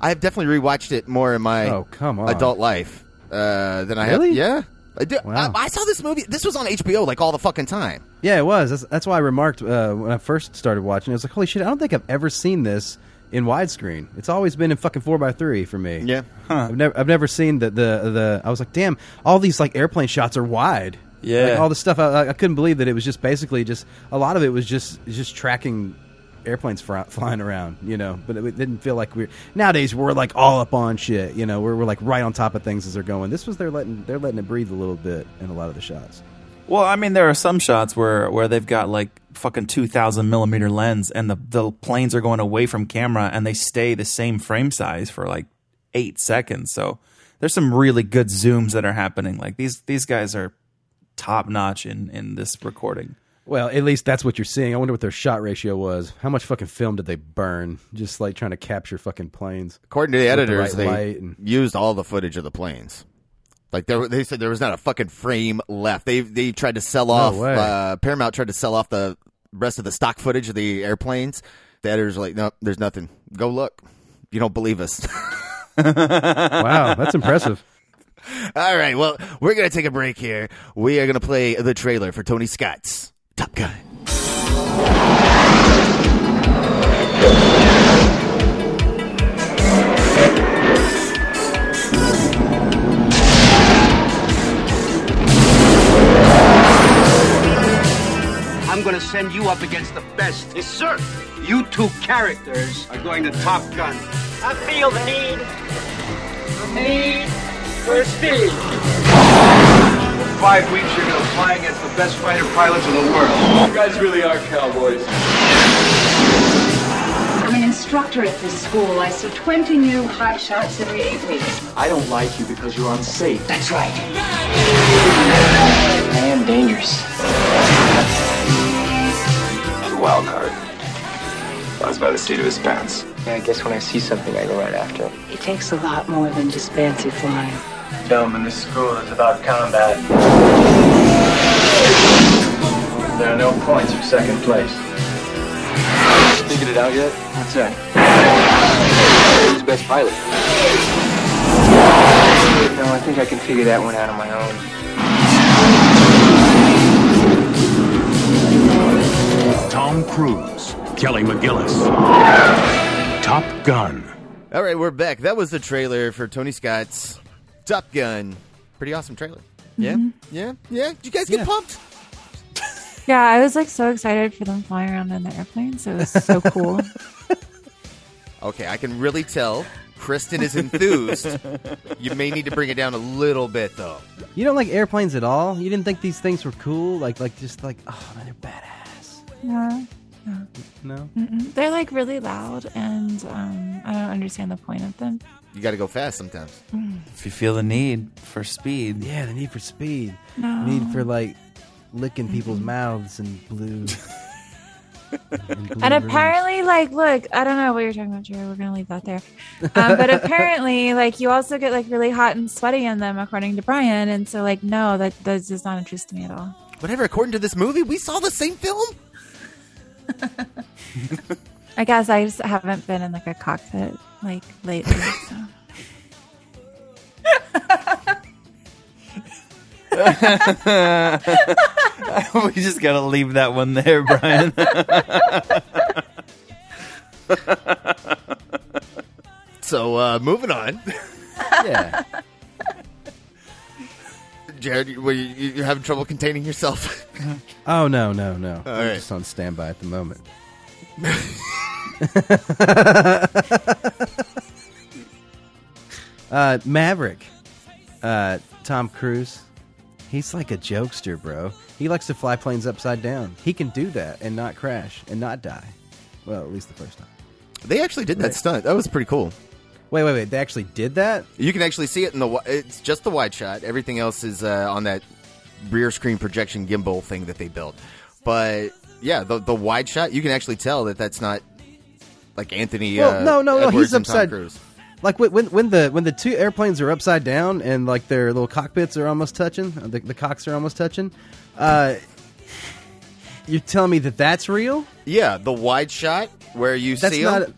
G: I have definitely rewatched it more in my
A: Oh, come on.
G: adult life uh, than I
A: Really?
G: have. Yeah. I, do,
A: Wow.
G: I, I saw this movie. This was on HBO like all the fucking time.
A: Yeah, it was. That's, that's why I remarked uh, when I first started watching. it. I was like, holy shit, I don't think I've ever seen this in widescreen. It's always been in fucking four x three for me.
G: Yeah.
A: I've never, I've never seen the, the the. I was like, damn, all these like airplane shots are wide.
J: Yeah.
A: Like, all the stuff. I, I couldn't believe that it was just basically just a lot of it was just just tracking airplanes fr- flying around. You know, but it, didn't feel like we're nowadays we're like all up on shit. You know, we're, we're like right on top of things as they're going. This was they're letting they're letting it breathe a little bit in a lot of the shots.
J: Well, I mean, there are some shots where where they've got like fucking two thousand millimeter lens, and the the planes are going away from camera, and they stay the same frame size for like eight seconds. So there's some really good zooms that are happening. Like these these guys are top notch in in this recording.
A: Well, at least that's what you're seeing. I wonder what their shot ratio was. How much fucking film did they burn just like trying to capture fucking planes?
G: According to the
A: With
G: editors,
A: right
G: they
A: light and-
G: used all the footage of the planes. Like there, they said there was not a fucking frame left. They they tried to sell off.
A: way.
G: Uh, Paramount tried to sell off the rest of the stock footage of the airplanes. The editors were like, no, there's nothing. Go look. You don't believe us. [LAUGHS]
A: wow, that's impressive.
G: all right, well, we're gonna take a break here. We are gonna play the trailer for Tony Scott's Top Gun.
E: I'm gonna send you up against the best. Yes, sir. You two characters are going to Top Gun. I feel the need. The need for speed. For five weeks, you're gonna fly against the best fighter pilots in the world. You guys really are cowboys.
K: I'm an instructor at this school. I see 20 new high shots every eight weeks.
E: I don't like you because you're unsafe. That's right. I am dangerous.
L: The wild card. Lies by the seat of his pants.
E: I guess when I see something, I go right after it.
K: It takes a lot more than just fancy flying.
E: Film in this school is about combat. There are no points for second place. Figured it out yet? What's that? Who's best pilot? No, I think I can figure that one out on my own.
M: Tom Cruise, Kelly McGillis, Top Gun.
G: All right, we're back. That was the trailer for Tony Scott's Top Gun. Pretty awesome trailer. Yeah, yeah, yeah. Did you guys get pumped?
H: Yeah, I was like so excited for them flying around in the airplanes. It was so cool.
G: Okay, I can really tell Kristen is enthused. you may need to bring it down a little bit, though.
A: You don't like airplanes at all. You didn't think these things were cool. Like like just like oh man, they're badass.
H: No.
A: No.
H: Mm-mm. They're like really loud, and um, I don't understand the point of them.
G: You got to go fast sometimes.
H: Mm.
J: If you feel the need for speed,
A: yeah, the need for speed,
H: No.
A: need for like licking people's mouths and blue. and blue
H: And
A: rooms.
H: apparently, like, look, I don't know what you're talking about, Jerry. We're gonna leave that there. Um, but apparently, like, you also get like really hot and sweaty in them, according to Brian. And so, like, no, that that does not interest me at all.
G: Whatever. According to this movie, we saw the same film.
H: I guess I just haven't been in like a cockpit like lately. So.
J: we just gotta leave that one there, Brian.
G: so uh, moving on. [LAUGHS]
A: yeah.
G: Jared, you- were you, you- you're having trouble containing yourself. [LAUGHS]
A: Oh no no no!
G: All
A: I'm
G: right.
A: just on standby at the
G: [LAUGHS]
A: moment. uh, Maverick, uh, Tom Cruise, he's like a jokester, bro. He likes to fly planes upside down. He can do that and not crash and not die. Well, at least the first time.
G: they actually did that
A: Right.
G: stunt. That was pretty cool.
A: Wait, wait, wait! They actually did that.
G: You can actually see it in the. wi- It's just the wide shot. Everything else is uh, on that rear screen projection gimbal thing that they built. But yeah, the the wide shot, you can actually tell that that's not like Anthony.
A: Well,
G: uh,
A: no, no, no.
G: Edwards
A: He's
G: and Tom
A: upside.
G: Cruise.
A: Like when, when when the when the two airplanes are upside down and like their little cockpits are almost touching, uh, the, the cocks are almost touching. Uh, you're telling me that that's real?
G: Yeah, the wide shot where you
A: That's
G: see
A: not-
G: them,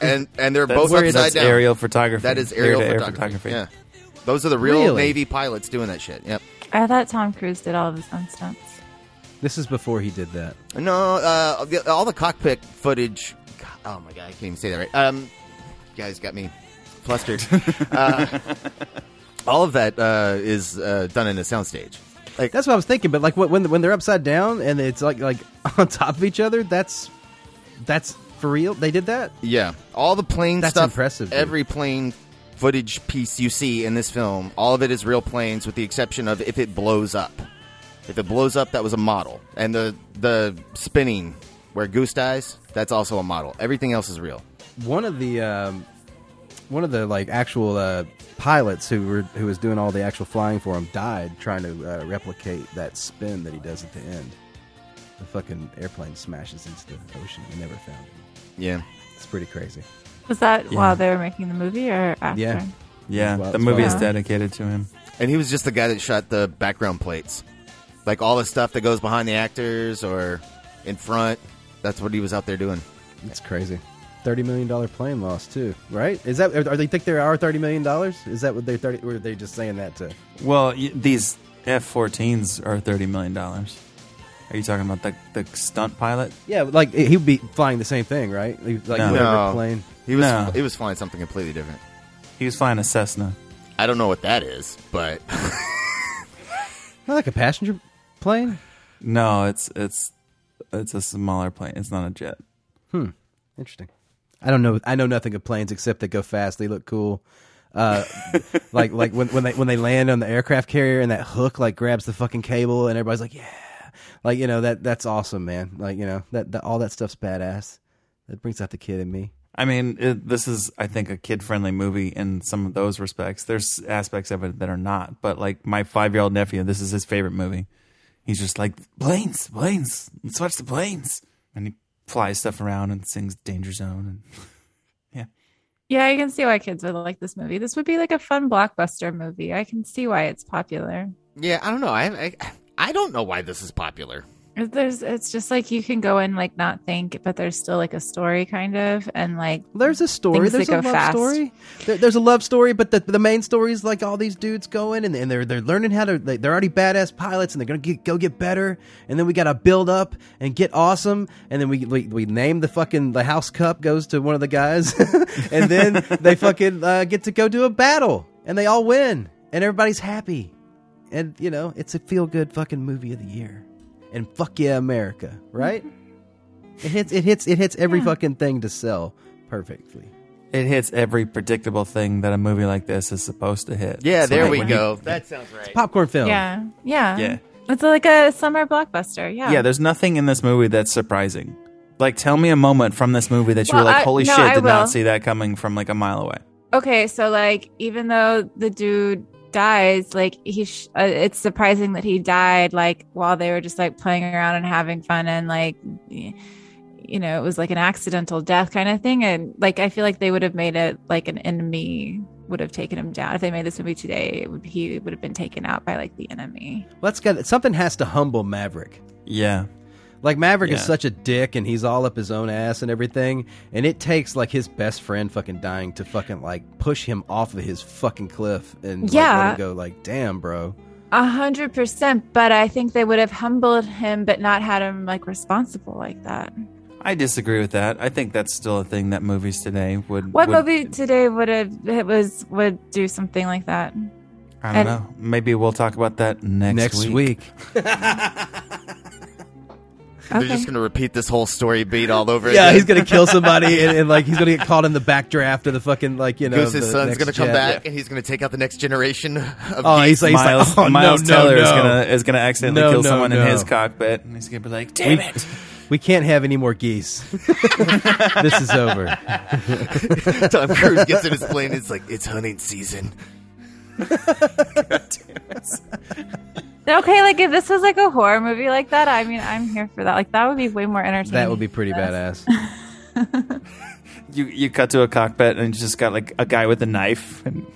G: and and they're
J: That's
G: both
J: where
G: upside
J: it's-
G: down.
J: That's aerial photography.
G: That is
J: Air-to-air
G: aerial photography.
J: photography.
G: Yeah, those are the real
A: Really?
G: Navy pilots doing that shit. Yep.
H: I thought Tom Cruise did all of his own stunts.
A: This is before he did that.
G: No, uh, the, all the cockpit footage. God, oh my god, I can't even say that right. Um, you guys got me flustered. uh, all of that uh, is uh, done in a soundstage. Like
A: that's what I was thinking. But like when when when they're upside down and it's like like [LAUGHS] on top of each other, that's that's for real. They did that.
G: Yeah, all the plane
A: That's
G: stuff.
A: impressive, dude.
G: Every plane footage piece you see in this film, all of it is real planes, with the exception of if it blows up. If it blows up, that was a model, and the the spinning where Goose dies, that's also a model. Everything else is real.
A: One of the um, one of the like actual uh, pilots who were who was doing all the actual flying for him died trying to uh, replicate that spin that he does at the end. The fucking airplane smashes into the ocean. We never found him.
G: Yeah,
A: it's pretty crazy.
H: Was that
A: Yeah.
H: while they were making the movie or after?
A: Yeah.
J: Yeah,
G: Well,
J: the
G: it's
J: movie
G: well-
J: is
G: Yeah.
J: dedicated to him.
G: And he was just the guy that shot the background plates, like all the stuff that goes behind the actors or in front. That's what he was out there doing.
A: It's crazy. Thirty million dollar plane loss too, right? Is that are they think there are thirty million dollars? Is that what they're thirty? Were they just saying that to?
J: Well, y- these F-14s are thirty million dollars. Are you talking about the the stunt pilot?
A: Yeah, like he would be flying the same thing, right? Like
J: No.
A: whatever
J: No.
A: plane.
G: He was
J: No.
G: he was flying something completely different.
J: He was flying a Cessna.
G: I don't know what that is, but [LAUGHS]
A: Not like a passenger plane.
J: No, it's it's it's a smaller plane. It's not a jet.
A: Hmm. Interesting. I don't know. I know nothing of planes except they go fast. They look cool. Uh, like like when, when they when they land on the aircraft carrier and that hook like grabs the fucking cable and everybody's like yeah, like you know that that's awesome man. Like you know that, that all that stuff's badass. That brings out the kid in me.
J: I mean, it, this is, I think, a kid friendly movie in some of those respects. There's aspects of it that are not, but like my five year old nephew, this is his favorite movie. He's just like, planes, planes, let's watch the planes. And he flies stuff around and sings Danger Zone. [LAUGHS]
H: Yeah, I can see why kids would like this movie. This would be like a fun blockbuster movie. I can see why it's popular.
G: yeah, I don't know. I, I I don't know why this is popular.
H: If There's, it's just like you can go in like not think, but there's still like a story kind of, and like
A: there's a story. There's a love story. There, there's a love story, but the, the main story is like all these dudes going and, and they're they're learning how to. They, they're already badass pilots, and they're gonna get, go get better. And then we gotta build up and get awesome. And then we we, we name the fucking the house cup goes to one of the guys, [LAUGHS] and then they fucking uh, get to go do a battle, and they all win, and everybody's happy, and you know it's a feel good fucking movie of the year, and fuck yeah America, right? It hits it hits it hits every fucking thing to sell perfectly.
J: It hits every predictable thing that a movie like this is supposed to hit.
G: Yeah,
J: So,
G: there
J: like,
G: we
J: when
G: go.
J: you-
G: that sounds right.
A: popcorn film.
H: Yeah. Yeah.
J: Oh. Yeah.
H: It's like a summer blockbuster. Yeah.
J: yeah. there's nothing in this movie that's surprising. Like, tell me a moment from this movie that you
H: Well,
J: were like,
H: I-
J: "Holy
H: no,
J: shit!"
H: I
J: Did
H: will.
J: not see that coming from like a mile away.
H: Okay, so like even though the dude dies, like he, sh- uh, it's surprising that he died like while they were just like playing around and having fun and like, y- you know, it was like an accidental death kind of thing. And like I feel like they would have made it like an enemy would have taken him down if they made this movie today. It would, he would have been taken out by like the enemy.
A: Let's get something has to humble Maverick.
J: Yeah.
A: Like Maverick is
J: Yeah.
A: such a dick and he's all up his own ass and everything, and it takes like his best friend fucking dying to fucking like push him off of his fucking cliff and like, let
H: Yeah.
A: him go like, damn, bro.
H: A hundred percent. But I think they would have humbled him, but not had him like responsible like that.
J: I disagree with that. I think that's still a thing that movies today would.
H: What
J: would-
H: movie today would have it was would do something like that?
J: I don't
H: and-
J: know. Maybe we'll talk about that next
A: Next week.
G: They're just going to repeat this whole story beat all over
A: Yeah,
G: again.
A: he's gonna kill somebody and, and like he's gonna get caught in the backdraft of the fucking like you know.
G: Goose's
A: the
G: son's
A: next
G: going to come
A: jet.
G: back and he's going to take out the next generation [LAUGHS] of
A: Oh,
G: geeks.
A: he's like,
J: Miles,
A: he's like, [LAUGHS] oh, no,
J: Miles
A: no,
J: Teller is
A: no.
J: gonna is gonna accidentally
A: No,
J: kill
A: no,
J: someone
A: no.
J: in his cockpit, and he's gonna be like, "Damn
A: we,
J: it!"
A: We can't have any
J: [LAUGHS]
A: more geese. this is over.
G: Tom Cruise gets in his plane. It's like it's hunting season.
H: Okay, like if this was like a horror movie like that, I mean, I'm here for that. Like that would be way more entertaining.
J: That would be
A: pretty badass.
J: You you cut to a cockpit and it's just got like a guy with a knife. And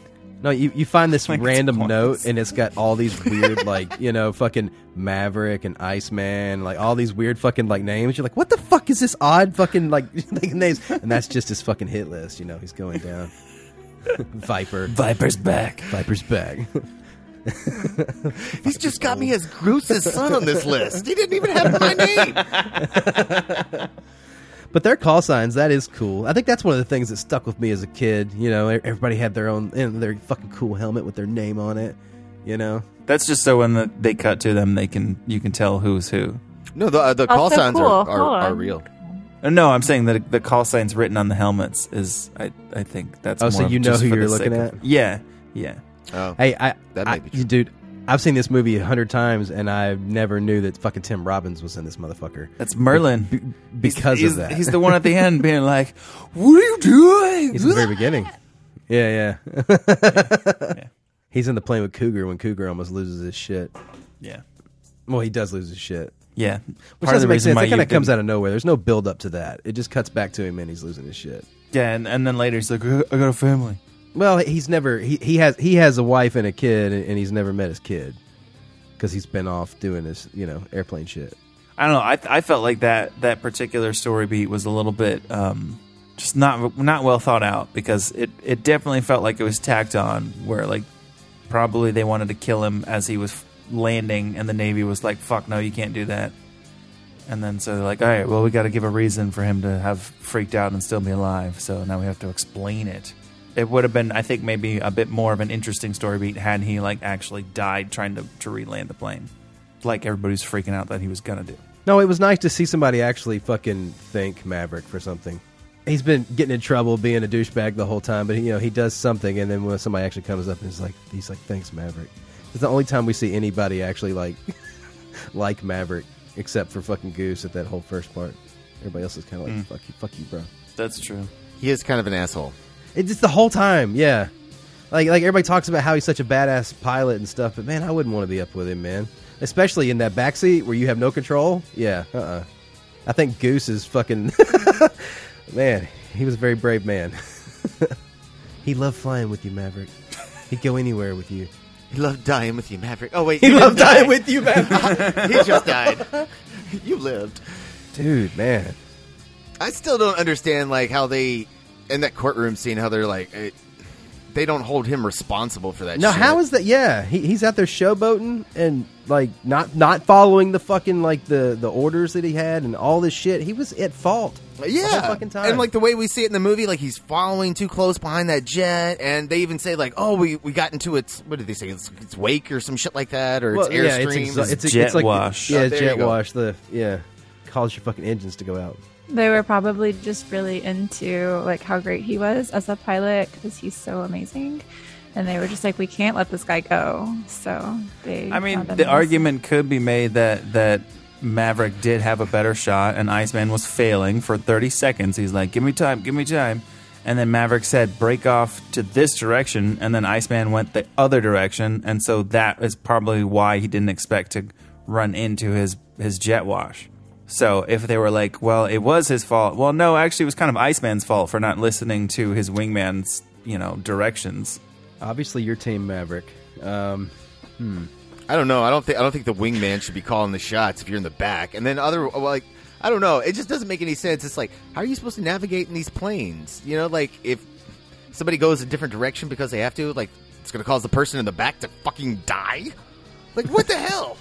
A: No, you, you find this random note and it's got all these weird like, you know, fucking Maverick and Iceman, like all these weird fucking like names. You're like, what the fuck is this odd fucking like [LAUGHS] like, names? And that's just his fucking hit list, you know, he's going down. [LAUGHS] Viper.
J: Viper's back.
A: Viper's back. [LAUGHS]
G: He's just got me as Goose's son on this list. He didn't even have my name.
A: But their call signs, that is cool. I think that's one of the things that stuck with me as a kid. You know, e- everybody had their own, you know, their fucking cool helmet with their name on it. You know,
J: that's just so when the, they cut to them, they can you can tell who's who.
G: no, the uh, the
H: Also
G: call signs are,
H: Oh, cool.
G: are,
H: Hold
G: are
H: on.
G: real.
J: Uh, No, I'm saying that the call signs written on the helmets is I I think that's
A: Oh,
J: more
A: so
J: of
A: you know
J: just
A: who
J: for
A: you're
J: the
A: looking
J: sake of-
A: at?
J: Yeah, yeah.
G: Oh,
A: Hey, I,
J: That
A: I-
J: might
A: dude, I've seen this movie a hundred times, and I never knew that fucking Tim Robbins was in this motherfucker.
J: That's Merlin
A: Be- because
J: he's,
A: of that.
J: He's the one
A: [LAUGHS]
J: at the end being like, "What are you doing?"
A: He's in
J: [LAUGHS]
A: the very beginning. Yeah, yeah. [LAUGHS] He's in the plane with Cougar when Cougar almost loses his shit.
J: Yeah.
A: Well, he does lose his shit.
J: Yeah.
A: Which
J: Part of the
A: doesn't make
J: reason
A: sense.
J: why
A: It kind
J: you
A: of comes
J: didn't-
A: out of nowhere. There's no build up to that. It just cuts back to him and he's losing his shit.
J: Yeah, and, and then later he's like, "I got a family."
A: Well, he's never he, he has he has a wife and a kid, and, and he's never met his kid because he's been off doing this you know airplane shit.
J: I don't know. I, I felt like that that particular story beat was a little bit um, just not not well thought out because it it definitely felt like it was tacked on where like probably they wanted to kill him as he was landing and the Navy was like, "Fuck no, you can't do that." And then so they're like, "All right, well we got to give a reason for him to have freaked out and still be alive." So now we have to explain it. It would have been, I think, maybe a bit more of an interesting story beat had he like actually died trying to to re-land the plane, like everybody was freaking out that he was gonna do.
A: No, it was nice to see somebody actually fucking thank Maverick for something. He's been getting in trouble being a douchebag the whole time, but you know he does something, and then when somebody actually comes up and is like, he's like, "Thanks, Maverick." It's the only time we see anybody actually like [LAUGHS] like Maverick, except for fucking Goose at that whole first part. Everybody else is kind of like,
J: Mm.
A: "Fuck you, fuck you, bro."
J: That's true.
G: He is kind of an asshole.
A: It's just the whole time, yeah. Like like everybody talks about how he's such a badass pilot and stuff, but man, I wouldn't want to be up with him, man. Especially in that backseat where you have no control. Yeah, uh uh I think Goose is fucking [LAUGHS] man, he was a very brave man. [LAUGHS] he loved flying with you, Maverick. He'd go anywhere with you.
G: He loved dying with you, Maverick. Oh wait,
A: He
G: you
A: loved
G: didn't
A: dying
G: die.
A: with you,
G: [LAUGHS]
A: Maverick.
G: he just died. [LAUGHS] You lived.
A: Dude, man.
G: I still don't understand like how they in that courtroom scene how they're like eh, they don't hold him responsible for that.
A: No,
G: shit.
A: how is that? Yeah, he, he's out there showboating and like not not following the fucking like the the orders that he had and all this shit. He was at fault. the
G: Yeah,
A: whole fucking time.
G: and like the way we see it in the movie, like he's following too close behind that jet, and they even say like, "Oh, we, we got into its what did they say? It's, it's wake or some shit like that, or
A: Well,
G: it's
A: yeah,
G: airstream,
A: exa- it's, it's like, Yeah, jet wash. The yeah, caused your fucking engines to go out.
H: They were probably just really into like how great he was as a pilot because he's so amazing, and they were just like, we can't let this guy go. So they.
J: I mean,
H: found him
J: the
H: as-
J: argument could be made that that Maverick did have a better shot, and Iceman was failing for 30 seconds. He's like, "Give me time, give me time," and then Maverick said, "Break off to this direction," and then Iceman went the other direction, and so that is probably why he didn't expect to run into his his jet wash. So if they were like, "Well, it was his fault," well, no, actually, it was kind of Iceman's fault for not listening to his wingman's you know directions.
A: Obviously, your team, Maverick. Um, hmm.
G: I don't know. I don't think I don't think the wingman should be calling the shots if you're in the back. And then other well, like I don't know. It just doesn't make any sense. It's like how are you supposed to navigate in these planes? You know, like if somebody goes a different direction because they have to, like it's going to cause the person in the back to fucking die. Like what the [LAUGHS] hell?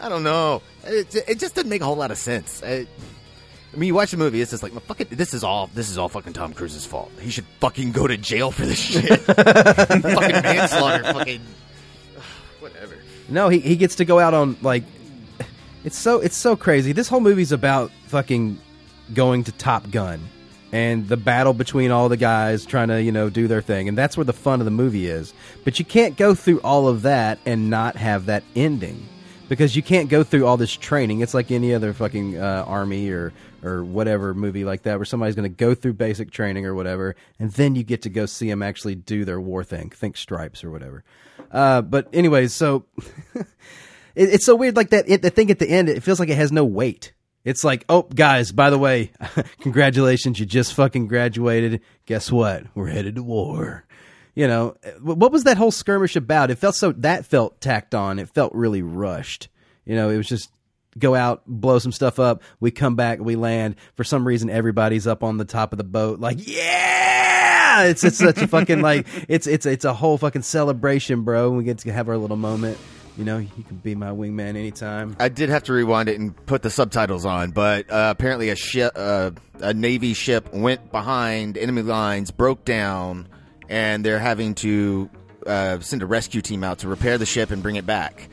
G: I don't know. It, it just doesn't make a whole lot of sense. I, I mean, you watch the movie. It's just like, fuck it. This is all. This is all fucking Tom Cruise's fault. He should fucking go to jail for this shit. fucking manslaughter. Fucking [SIGHS] whatever.
A: No, he, he gets to go out on like it's so it's so crazy. This whole movie's about fucking going to Top Gun and the battle between all the guys trying to, you know, do their thing. And that's where the fun of the movie is. But you can't go through all of that and not have that ending. Because you can't go through all this training. It's like any other fucking uh, army or or whatever movie like that, where somebody's going to go through basic training or whatever, and then you get to go see them actually do their war thing. Think stripes or whatever. Uh, but anyways, so It, it's so weird. Like that, it, the thing at the end, it feels like it has no weight. It's like, oh, guys, by the way, [LAUGHS] congratulations, you just fucking graduated. Guess what? We're headed to war. You know, wh- what was that whole skirmish about? It felt so that felt tacked on. It felt really rushed. You know, it was just go out, blow some stuff up. We come back, we land. For some reason, everybody's up on the top of the boat, like, yeah. It's it's such a fucking like it's it's it's a whole fucking celebration, bro. We get to have our little moment. You know, you can be my wingman anytime.
G: I did have to rewind it and put the subtitles on, but uh, apparently a ship, uh, a navy ship, went behind enemy lines, broke down, and they're having to uh, send a rescue team out to repair the ship and bring it back.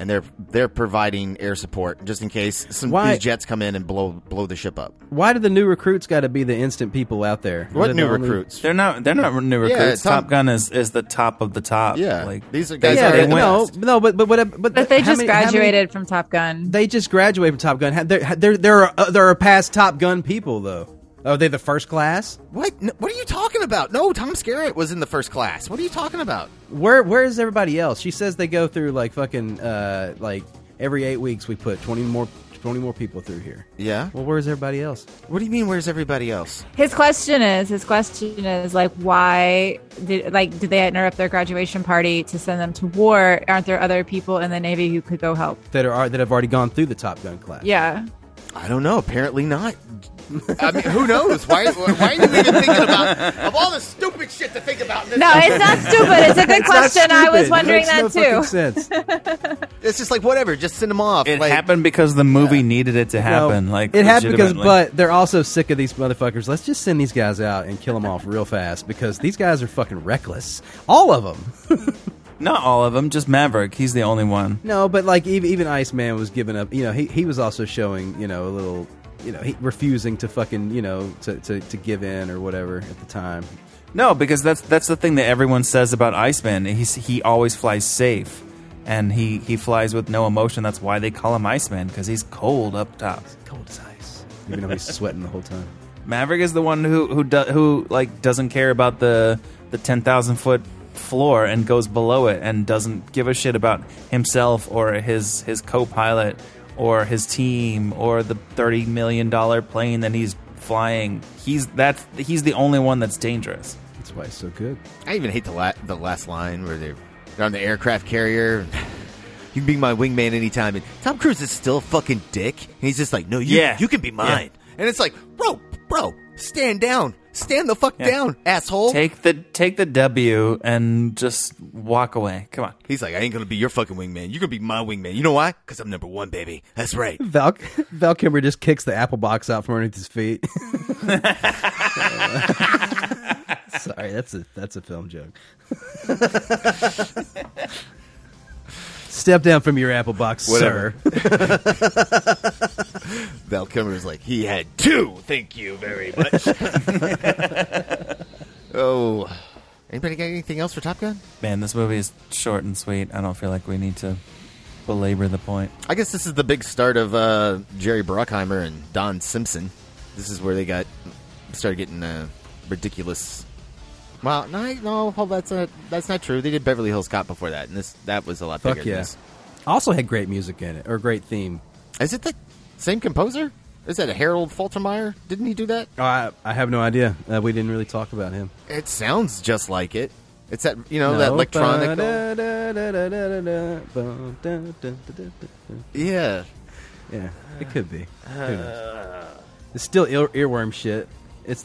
G: And they're they're providing air support just in case some
A: Why-
G: these jets come in and blow blow the ship up.
A: Why do the new recruits got to be the instant people out there?
G: What
A: They're
G: new
A: the only-
G: recruits?
J: They're not. They're not new
A: Yeah,
J: recruits.
A: Tom-
J: Top, Gun is, is the top of the top.
A: Yeah,
J: like
G: these are
A: yeah, they- no, no, but but what? But,
H: But they
A: how
H: just
A: many- how many-
H: graduated from Top Gun.
A: They just graduated from Top Gun. Ha- There, ha- there, there are uh, there are past Top Gun people though. Are they the first class?
G: What? N- What are you talking about? No, Tom Skerritt was in the first class. What are you talking about?
A: Where where is everybody else? She says they go through like fucking uh like every eight weeks we put twenty more twenty more people through here.
G: Yeah.
A: Well, where's everybody else?
G: What do you mean? Where's everybody else?
H: His question is, his question is like, why did like did they interrupt their graduation party to send them to war? Aren't there other people in the Navy who could go help?
A: That are that have already gone through the Top Gun class.
H: Yeah,
G: I don't know. Apparently not. I mean, who knows? Why? Why are you even thinking about of all the stupid shit to think about? In this
H: No, it's [LAUGHS] not stupid. It's a good
G: not
H: question. I was
G: stupid.
H: wondering that too.
G: it's just like whatever. Just send them off.
J: It
G: like,
J: happened because the movie needed it to [LAUGHS] happen.
A: No,
J: like
A: it happened because,
J: legitimately.
A: but they're also sick of these motherfuckers. Let's just send these guys out and kill them off real fast because these guys are fucking reckless, all of them.
J: not all of them. Just Maverick. He's the only one.
A: No, but like even even Iceman was giving up. You know, he he was also showing you know a little, you know, he, refusing to fucking you know to, to to give in or whatever at the time.
J: No, because that's that's the thing that everyone says about Iceman. He's he always flies safe, and he he flies with no emotion. That's why they call him Iceman because he's cold up top.
A: cold as ice,
J: [LAUGHS]
A: even though he's sweating the whole time.
J: Maverick is the one who who do, who like doesn't care about the the ten thousand foot floor and goes below it and doesn't give a shit about himself or his his co-pilot or his team or the thirty million dollar plane that he's flying. He's that's he's the only one that's dangerous.
A: That's why he's so good.
G: I even hate the la- the last line where they're, they're on the aircraft carrier. [LAUGHS] And you can be my wingman anytime. And Tom Cruise is still a fucking dick. And he's just like, no, you
J: Yeah.
G: you can be mine. And it's like, bro, bro, stand down, stand the fuck down, asshole.
J: Take the take the W and just walk away. Come on.
G: He's like, I ain't gonna be your fucking wingman. You're gonna be my wingman. You know why? Because I'm number one, baby. That's right.
A: Val Val Kilmer just kicks the apple box out from underneath his feet. [LAUGHS] Sorry, that's a that's a film joke. Step down from your apple box,
G: Whatever.
A: sir.
G: Val Kilmer's like, he had two. Thank you very much.
A: [LAUGHS]
G: oh. Anybody got anything else for Top Gun?
J: Man, this movie is short and sweet. I don't feel like we need to belabor the point.
G: I guess this is the big start of uh, Jerry Bruckheimer and Don Simpson. This is where they got started getting uh, ridiculous. Well, no, I- no, hold that's not that's not true. They did Beverly Hills Cop before that, and this that was a lot
A: Fuck
G: bigger. than
A: yeah.
G: this.
A: Also had great music in it, or great theme.
G: Is it the same composer? Is that a Harold Faltermeyer? Didn't he do that?
A: Oh, I, I have no idea. Uh, we didn't really talk about him.
G: It sounds just like it. It's that you know Oh, that electronic. Yeah.
A: Yeah, it could be. Who knows? It's still ear- earworm shit. It's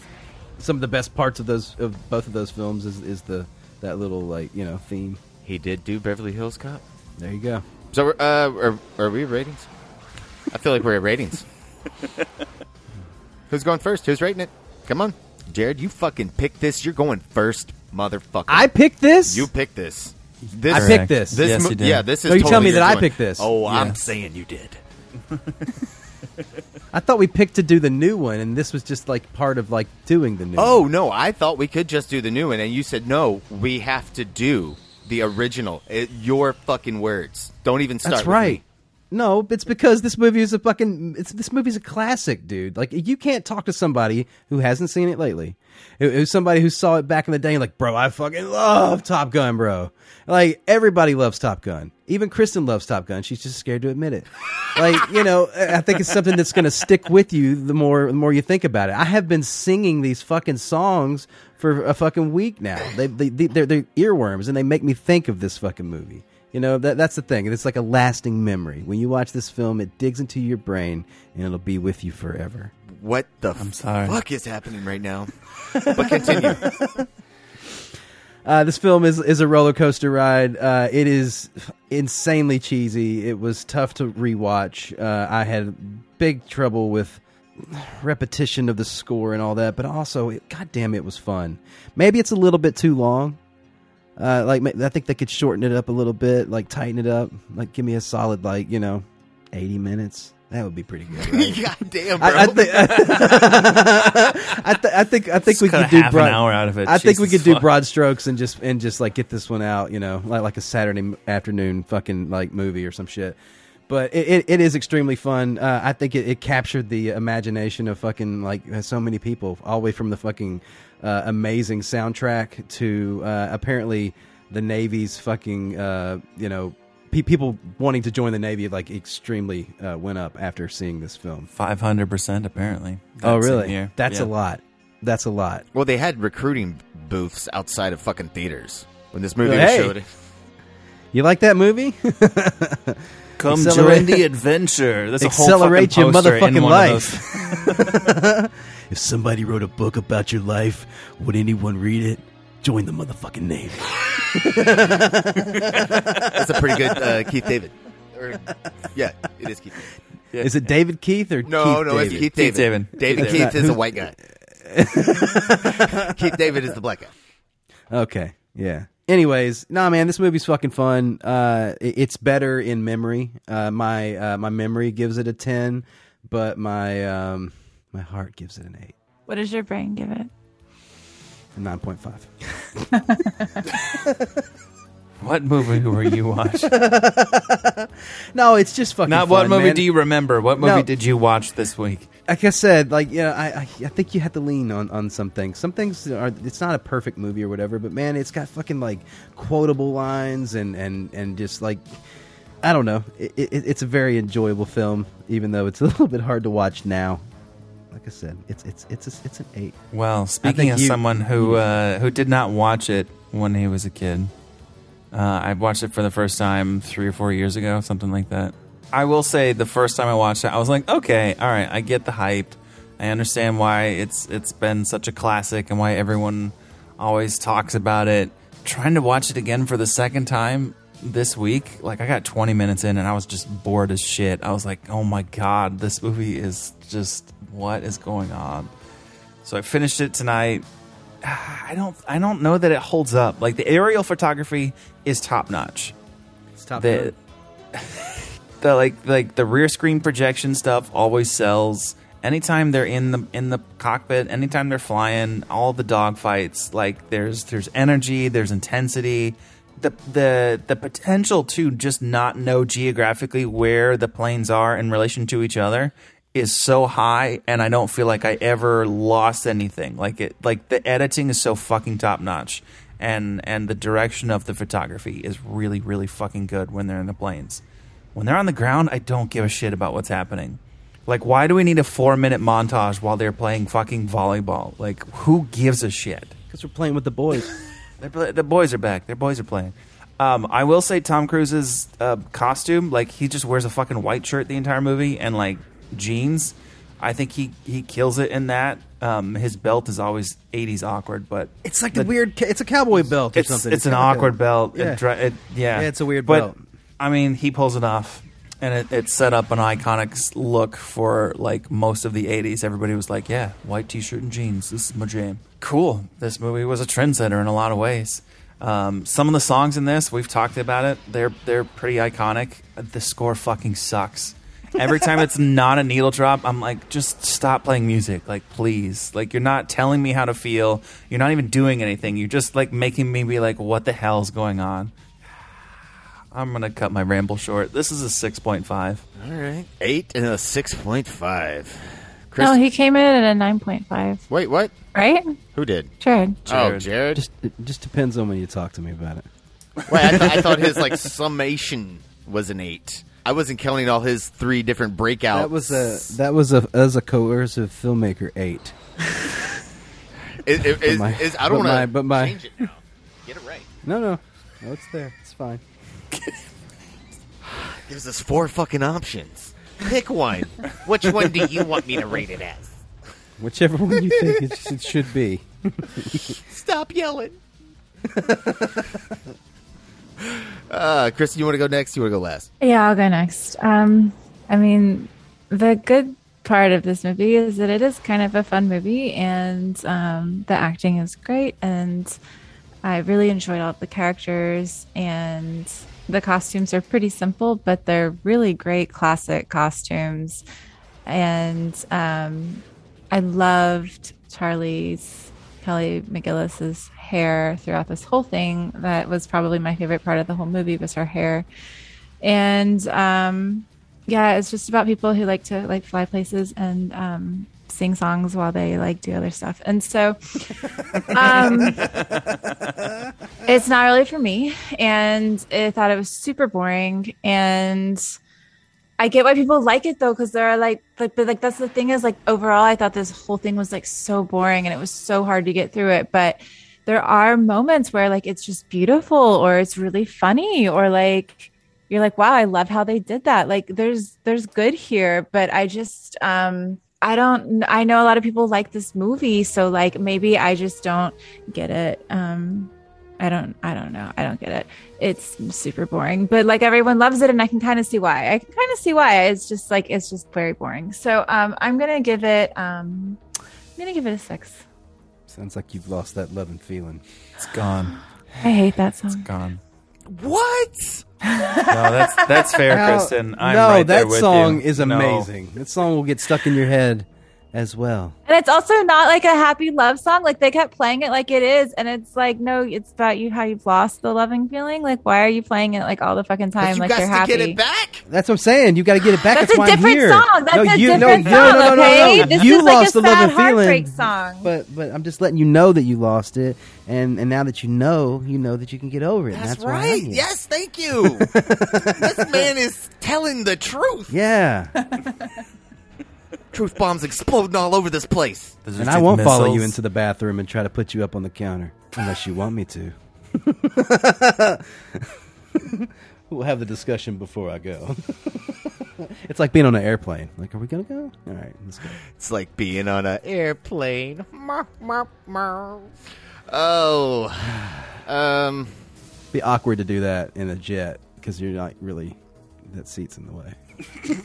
A: some of the best parts of those of both of those films is, is the that little like you know theme.
G: He did do Beverly Hills Cop.
A: There you go.
G: So we're, uh, are, are we at ratings? I feel like we're at [LAUGHS] ratings. Who's going first? Who's rating it? Come on, Jared, you fucking pick this. You're going first, motherfucker.
A: I picked this.
G: You picked this.
A: I
G: This
A: picked this.
G: This mo- Yeah, this is.
A: No, you tell
G: totally
A: me
G: your
A: that I
G: joint.
A: picked this.
G: Oh,
A: Yeah.
G: I'm saying you did.
A: I thought we picked to do the new one, and this was just like part of like doing the new.
G: Oh no, I thought we could just do the new one, and you said no. We have to do the original. It, your fucking words. Don't even start.
A: That's
G: with me.
A: right. No, it's because this movie is a fucking. It's this movie's a classic, dude. Like you can't talk to somebody who hasn't seen it lately, who- who's somebody who saw it back in the day. And like, bro, I fucking love Top Gun, bro. Like everybody loves Top Gun. Even Kristen loves Top Gun. She's just scared to admit it. Like you know, I I think it's something that's going to stick with you the more the more you think about it. I have been singing these fucking songs for a fucking week now. They, they, they they're, they're earworms, and they make me think of this fucking movie. You know, that, that's the thing. It's like a lasting memory. When you watch this film, it digs into your brain and it'll be with you forever.
G: What the
A: I'm sorry.
G: fuck is happening right now? but
A: [LAUGHS]
G: continue. [LAUGHS]
A: Uh, this film is, is a roller coaster ride. Uh, it is insanely cheesy. It was tough to rewatch. Uh, I had big trouble with repetition of the score and all that, but also, it, god damn, it was fun. Maybe it's a little bit too long. Uh, like ma- I think they could shorten it up a little bit, like tighten it up, like give me a solid, like you know, eighty minutes. That would be pretty good. Right?
G: [LAUGHS] God damn, bro.
A: I, I, thi- [LAUGHS] I, thi- I think I think
J: Just
A: we
J: cut
A: could do
J: half an
A: broad,
J: hour out of it.
A: I think we
J: Jesus
A: could do
J: fuck.
A: broad strokes and just and just like get this one out, you know, like like a Saturday m- afternoon fucking like movie or some shit. But it, it, it is extremely fun. Uh, I think it, it captured the imagination of fucking like uh, so many people, all the way from the fucking uh, amazing soundtrack to uh, apparently the Navy's fucking uh, you know pe- people wanting to join the Navy like extremely uh, went up after seeing this film.
J: Five hundred percent, apparently.
A: Oh,
J: That same
A: really?
J: year.
A: That's
J: Yeah.
A: a lot. That's a lot.
G: Well, they had recruiting booths outside of fucking theaters when this movie
A: Hey.
G: was showed.
A: You like that movie?
J: [LAUGHS] Come join
A: [LAUGHS] Accelerate-
J: the adventure. That's a whole
A: Accelerate
J: fucking
A: your
J: poster in
A: motherfucking
J: one of those.
A: life. [LAUGHS] if somebody wrote a book about your life, would anyone read it? Join the motherfucking Navy.
G: That's a pretty good
A: [LAUGHS]
G: uh, Keith David. Or, yeah, it is Keith. David.
A: Is it David Keith or
G: No,
A: Keith
G: no,
A: David?
G: it's Keith David. David
A: That's not-
G: Keith is a
A: who-
G: white
A: [LAUGHS]
G: guy. Keith David is the black guy.
A: Okay. Yeah. Anyways, nah, man, this movie's fucking fun. Uh, it- it's better in memory. Uh, my uh, my memory gives it a ten, but my um, my heart gives it an eight,
H: What does your brain give it?
A: a nine point five.
J: What movie were you watching?
A: no, it's just fucking.
J: Not what
A: fun,
J: movie
A: man.
J: do you [LAUGHS] remember? What movie
A: No.
J: did you watch this week?
A: Like I said, like you know, I I, I think you have to lean on on some things. Some things are it's not a perfect movie or whatever, but man, it's got fucking like quotable lines and and and just like. I don't know. It, it, it's a very enjoyable film, even though it's a [LAUGHS] little bit hard to watch now. Like I said, it's it's it's a, it's an eight.
J: Well,
A: think
J: speaking of
A: you-
J: someone who uh, who did not watch it when he was a kid, uh, I watched it for the first time three or four years ago, something like that. I will say the first time I watched it, I was like, okay, all right, I get the hype. I understand why it's it's been such a classic and why everyone always talks about it. Trying to watch it again for the second time this week, like I got 20 minutes in and I was just bored as shit. I was like, oh my god, this movie is just what is going on. So I finished it tonight. I don't I don't know that it holds up. Like the aerial photography is top notch.
A: It's top.
J: The- the like like the rear screen projection stuff always sells. Anytime they're in the in the cockpit, anytime they're flying, all the dogfights, like there's there's energy, there's intensity. The the the potential to just not know geographically where the planes are in relation to each other is so high and I don't feel like I ever lost anything. Like it like the editing is so fucking top notch and and the direction of the photography is really really fucking good when they're in the planes. When they're on the ground, I don't give a shit about what's happening. Like why do we need a 4 minute montage while they're playing fucking volleyball? Like who gives a shit?
A: Cuz we're playing with the boys.
J: [LAUGHS] They're pla- the boys are back. Their boys are playing. Um, I will say Tom Cruise's uh, costume, like he just wears a fucking white shirt the entire movie and like jeans. I think he he kills it in that. Um, his belt is always '80s awkward, but
A: It's like the, weird. ca- It's a cowboy belt or
J: it's,
A: something.
J: It's an
A: kinda
J: awkward
A: good.
J: belt.
A: Yeah.
J: It, dri- it, yeah.
A: Yeah, it's a weird
J: but,
A: belt.
J: I mean, he pulls it off, and it, it set up an iconic s- look for like most of the '80s. Everybody was like, "Yeah, white t-shirt and jeans. This is my jam." Cool. This movie was a trendsetter in a lot of ways. Um, some of the songs in this, we've talked about it. They're they're pretty iconic. The score fucking sucks. Every time it's not a needle drop, I'm like, just stop playing music. Like, please. Like, you're not telling me how to feel. You're not even doing anything. You're just like making me be like, what the hell's going on? I'm going to cut my ramble short. This is a 6.5.
G: All right. Eight and a six point five.
H: No, Oh, he came in at a nine point five.
G: Wait, what?
H: Right?
G: Who did?
H: Jared.
G: Oh, Jared.
A: Just, it just depends on when you talk to me about it.
G: Wait, I, th- I thought his like summation was an eight. I wasn't counting all his three different breakouts.
A: That was a that was a as a coercive filmmaker eight.
G: It- it-
A: But
G: is-
A: my-
G: is- I don't
A: but my-
G: want
A: but my-
G: to change it now. Get it right.
A: No, no, no, it's there. It's fine.
G: Gives us four fucking options. Pick one. Which one do you want me to rate it as?
A: Whichever one you think [LAUGHS] it, it should be. [LAUGHS]
G: Stop yelling. Uh, Kristen, you want to go next? You want to go last?
H: Yeah, I'll go next. Um, I mean, the good part of this movie is that it is kind of a fun movie, and um, the acting is great, and I really enjoyed all of the characters, and the costumes are pretty simple, but they're really great classic costumes, and um, I loved Charlie's Kelly McGillis's hair throughout this whole thing. That was probably my favorite part of the whole movie was her hair and um, yeah, it's just about people who like to like fly places and um, sing songs while they like do other stuff. And so, um, it's not really for me. And I thought it was super boring. And I get why people like it though, because they're like, like, but like that's the thing is like overall, I thought this whole thing was like so boring and it was so hard to get through it. But there are moments where like it's just beautiful or it's really funny or like you're like wow i love how they did that like there's there's good here but i just um i don't i know a lot of people like this movie so like maybe i just don't get it um i don't i don't know i don't get it it's super boring but like everyone loves it and i can kind of see why i can kind of see why it's just like it's just very boring so um i'm gonna give it um i'm gonna give it a six
A: Sounds like you've lost that love and feeling.
J: It's gone.
H: i hate that song
J: It's gone.
G: What?
J: No, that's that's fair, Kristen. I'm
A: Uh, no,
J: right
A: that
J: there with
A: song
J: you.
A: is
J: No.
A: amazing. That song will get stuck in your head as well.
H: And it's also not like a happy love song. Like they kept playing it like it is. And it's like, no, it's about you how you've lost the loving feeling. Like, why are you playing it like all the fucking time? like you're happy.
G: back.
A: That's what I'm saying. You got to get it back.
H: That's
A: That's,
H: a
A: why I'm
H: different
A: here.
H: song. That's
A: no,
H: a
A: you,
H: different
A: no, no,
H: song,
A: no, no,
H: okay?
A: no, no.
H: This
A: you
H: is like a
A: lost the love
H: sad
A: and feeling
H: heartbreak song.
A: But but I'm just letting you know that you lost it, and and now that you know, you know that you can get over it. and That's, why I'm
G: right.
A: here.
G: Yes,
A: [LAUGHS]
G: thank you. this man is telling the truth.
A: Yeah.
G: Truth bombs exploding all over this place.
A: and I won't follow you into the bathroom and try to put you up on the counter unless you want me to. [LAUGHS] we'll have the discussion before I go. [LAUGHS] it's like being on an airplane. Like, are we gonna go? All right, let's go.
G: It's like being on a airplane. Oh, um,
A: Be awkward to do that in a jet because you're not really that seat's in the
H: [LAUGHS]
A: way.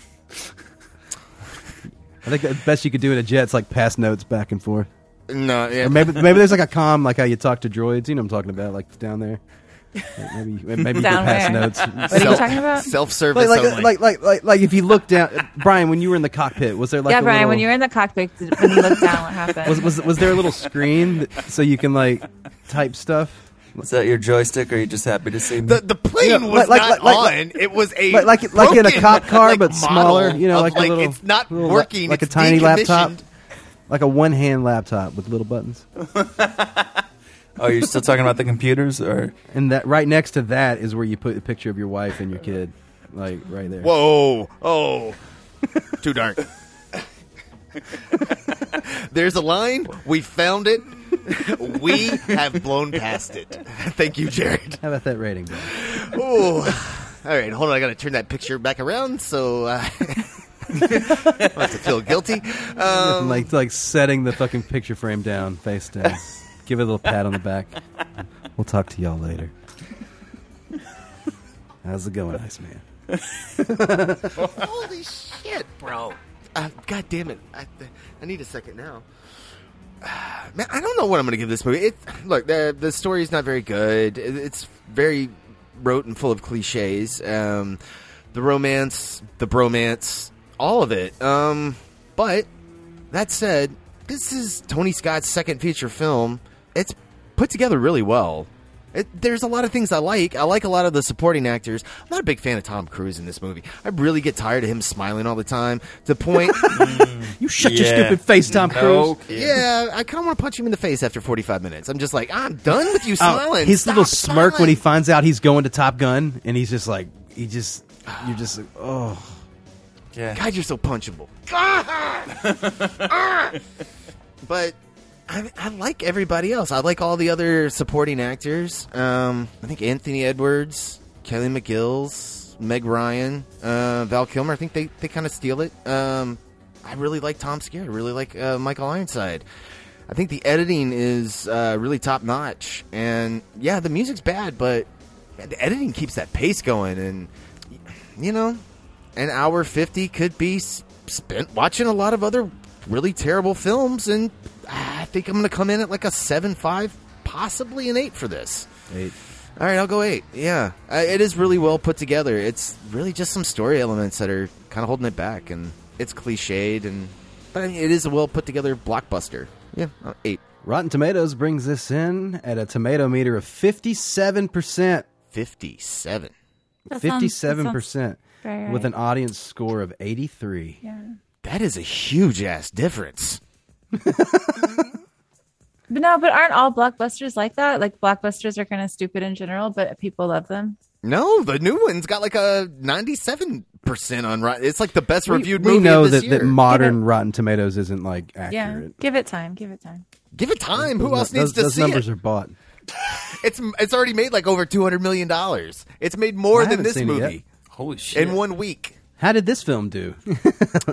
A: I think the best you could do in a jet's like pass notes back and forth.
G: no, yeah,
A: Or maybe maybe there's like a com like how you talk to droids. You know what I'm talking about, like down there. Maybe maybe you can
H: Down
A: pass
H: where?
A: notes.
H: What are you Self- talking about? self-service
A: Like like,
H: only.
A: like like like like if you look down, Brian, when you were in the cockpit, was there like
H: yeah,
A: a
H: Brian,
A: little,
H: when you were in the cockpit, did- when you looked
A: [LAUGHS]
H: down, what happened?
A: was was was there a little screen that, so you can like type stuff?
J: Is that your joystick, or are you just happy to see me?
G: The plane
A: Yeah, like-
G: was
A: like-
G: not
A: like-
G: on.
A: like-
G: it was a
A: like like like in a
G: broken, [LAUGHS]
A: cop car
G: like,
A: but smaller.
G: model
A: You know,
G: of,
A: like, a little
G: it's not
A: little la-
G: working.
A: like
G: it's
A: a tiny laptop,
G: decommissioned.
A: like a one hand laptop with little buttons.
J: Oh, you're still talking about the computers,
A: [LAUGHS]
J: or
A: And that right next to that is where you put a picture of your wife and your kid, like right there.
G: Whoa!
A: [LAUGHS]
G: Oh, too dark. [LAUGHS] There's a line. We found it. We have blown past it. Thank you, Jared.
A: How about that rating?
G: um,
A: Brian?
G: Ooh. All right, hold on. I got to turn that picture back around. So uh, [LAUGHS] I have to feel
A: [LAUGHS]
G: guilty. Um,
A: like like setting the fucking picture frame down, face
G: [LAUGHS]
A: down. Give it a little pat on the back. We'll talk to y'all
G: [LAUGHS]
A: later. How's it going, Iceman?
G: Holy shit, bro! Uh, God damn it! I, I need a second now. [SIGHS] Man, I don't know what I'm going to give this movie. It look the the story's not very good. It- it's very rote and full of cliches. Um, the romance, the bromance, all of it. Um, but that said, this is Tony Scott's second feature film. It's put together really well. It, there's a lot of things I like. I like a lot of the supporting actors. I'm not a big fan of Tom Cruise in this movie. I really get tired of him smiling all the time.
A: [LAUGHS]
G: To the point,
A: you shut your Yeah. stupid face, Tom No Cruise. kidding.
G: Yeah, I kind of want to punch him in the face after 45 minutes. I'm just like, I'm done with you smiling.
A: Oh, his
G: Stop
A: little smirk
G: smiling.
A: when he finds out he's going to Top Gun, and he's just like, he just, you're just like, oh,
J: yeah.
G: God, you're so punchable. [LAUGHS] but I, I like everybody else. I like all the other supporting actors. Um, I think Anthony Edwards, Kelly McGills, Meg Ryan, uh, Val Kilmer. I think they, they kind of steal it. Um, I really like Tom Skerritt. I really like uh, Michael Ironside. I think the editing is uh, really top notch. And yeah, the music's bad, but the editing keeps that pace going. And you know, an hour 50 could be s- spent watching a lot of other really terrible films, and ah, I think I'm going to come in at like a 7 5, possibly an 8 for this.
A: Eight.
G: All right, I'll go 8. Yeah. Uh, it is really well put together. It's really just some story elements that are kind of holding it back, and it's cliched, and but I mean, it is a well put together blockbuster. Yeah, uh, eight.
A: Rotten Tomatoes brings this in at a tomato meter of fifty-seven percent.
G: Fifty-seven.
H: That sounds- that sounds
A: Fifty-seven percent
H: very
A: with an
H: right.
A: audience score of eighty-three.
H: Yeah.
G: That is a huge ass difference.
H: But no, but aren't all blockbusters like that? Like blockbusters are kind of stupid in general, but people love them.
G: No, the new one's got like a 97% on Rotten. It's like the best reviewed
A: we
G: movie
A: know
G: of this
A: that,
G: year.
A: that modern Rotten Tomatoes isn't like accurate.
H: Yeah, give it time. Give it time.
G: Give it time. Who
A: Those-
G: else
A: those,
G: needs to
A: those
G: see
A: numbers
G: it?
A: are bought.
G: It's it's already made like over 200 million dollars. It's made more
A: I
G: than
A: haven't
G: this
A: seen it yet.
G: movie.
J: Holy
G: In one week.
A: How did this film
G: [LAUGHS]
A: do?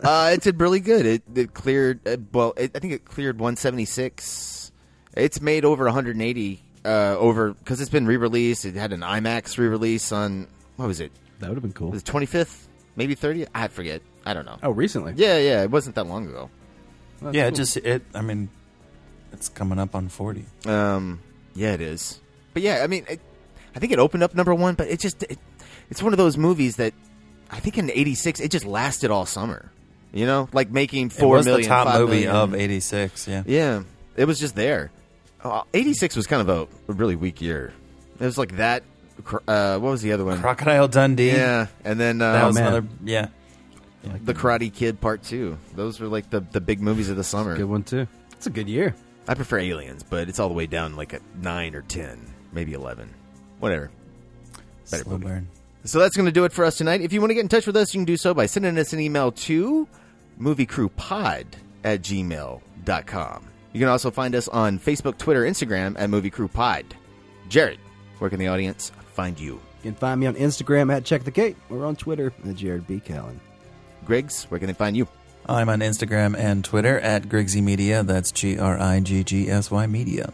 G: uh, it did really good. It, it cleared. Uh, well, it, I think it cleared 176. It's made over 180 uh, over because it's been re-released. It had an IMAX re-release on what was it?
A: That would have been cool.
G: The 25th, maybe 30th. I forget. I don't know.
A: Oh, recently.
G: Yeah, yeah. It wasn't that long ago.
J: yeah, it just it. I mean, it's coming up on forty.
G: Um, yeah, it is. But yeah, I mean, it, I think it opened up number one, but it just it, it's one of those movies that I think in '86 it just lasted all summer. You know, like making four
J: it was
G: million.
J: the top
G: five
J: movie
G: million.
J: of '86. Yeah,
G: Yeah, it was just there. Uh, '86 was kind of a, a really weak year. It was like that. cr- Uh, what was the other one?
J: Crocodile Dundee.
G: Yeah, and then uh,
J: That was another- Yeah,
G: the Karate Kid Part Two. Those were like the the big movies of the summer.
A: Good one too. It's a good year.
G: I prefer Aliens, but it's all the way down like a nine or ten, maybe eleven, whatever. Better
J: Slow burn.
G: So that's going to do it for us tonight. If you want to get in touch with us, you can do so by sending us an email to moviecrewpod at gmail.com. You can also find us on Facebook, Twitter, Instagram at Movie Crew Pod. Jared, where can the audience find you?
A: You can find me on Instagram at Check the Gate or on Twitter at Jared B. Callen.
G: Griggs, where can they find you?
J: I'm on Instagram and Twitter at Grigsy Media. That's G R I G G S Y Media.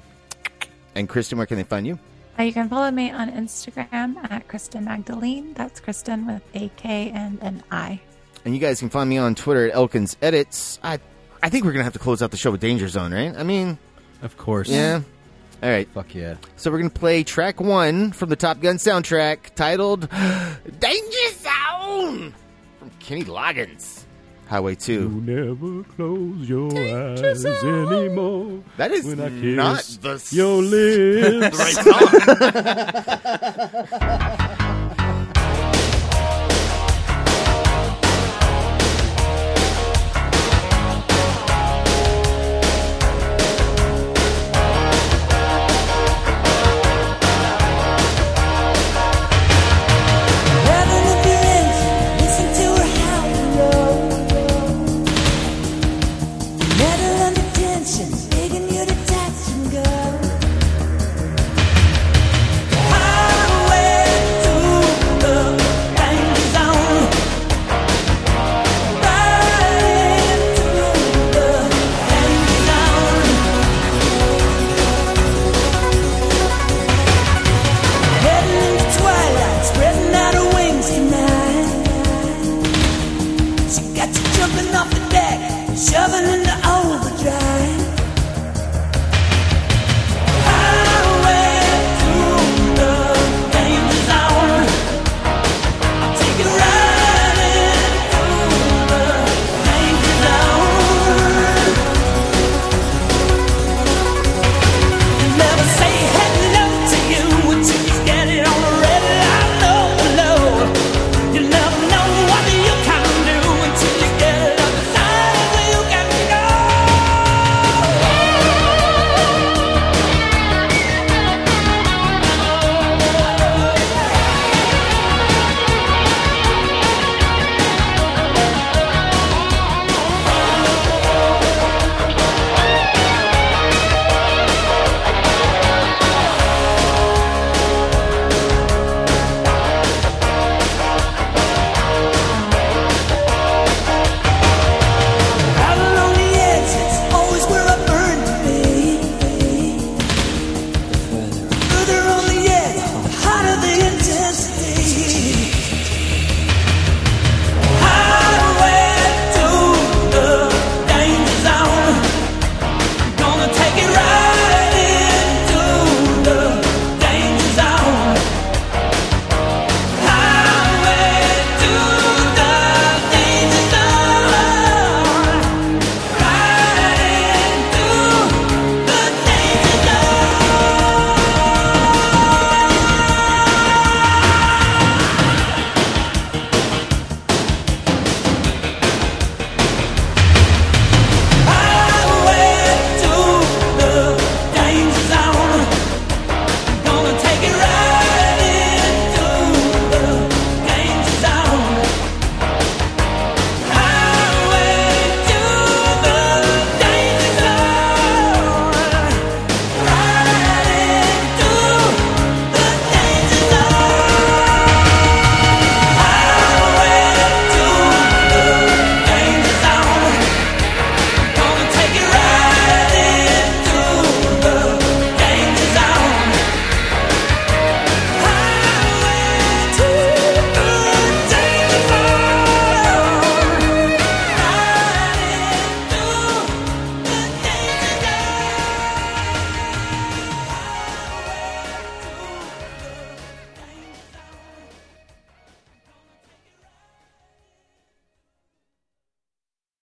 G: And Kristen, where can they find you?
H: Uh, you can follow me on Instagram at Kristen Magdalene. That's Kristen with a K and an I.
G: And you guys can find me on Twitter at Elkins Edits. I, I think we're going to have to close out the show with Danger Zone, right? I mean,
A: of course.
G: Yeah. All right.
A: Fuck yeah.
G: So we're going to play track one from the Top Gun soundtrack titled [GASPS] Danger Zone from Kenny Loggins. Highway 2.
N: You never close your eyes anymore.
G: That is
N: when I
G: not
N: kiss
G: the s- [LAUGHS]
N: your lips.
G: the right song.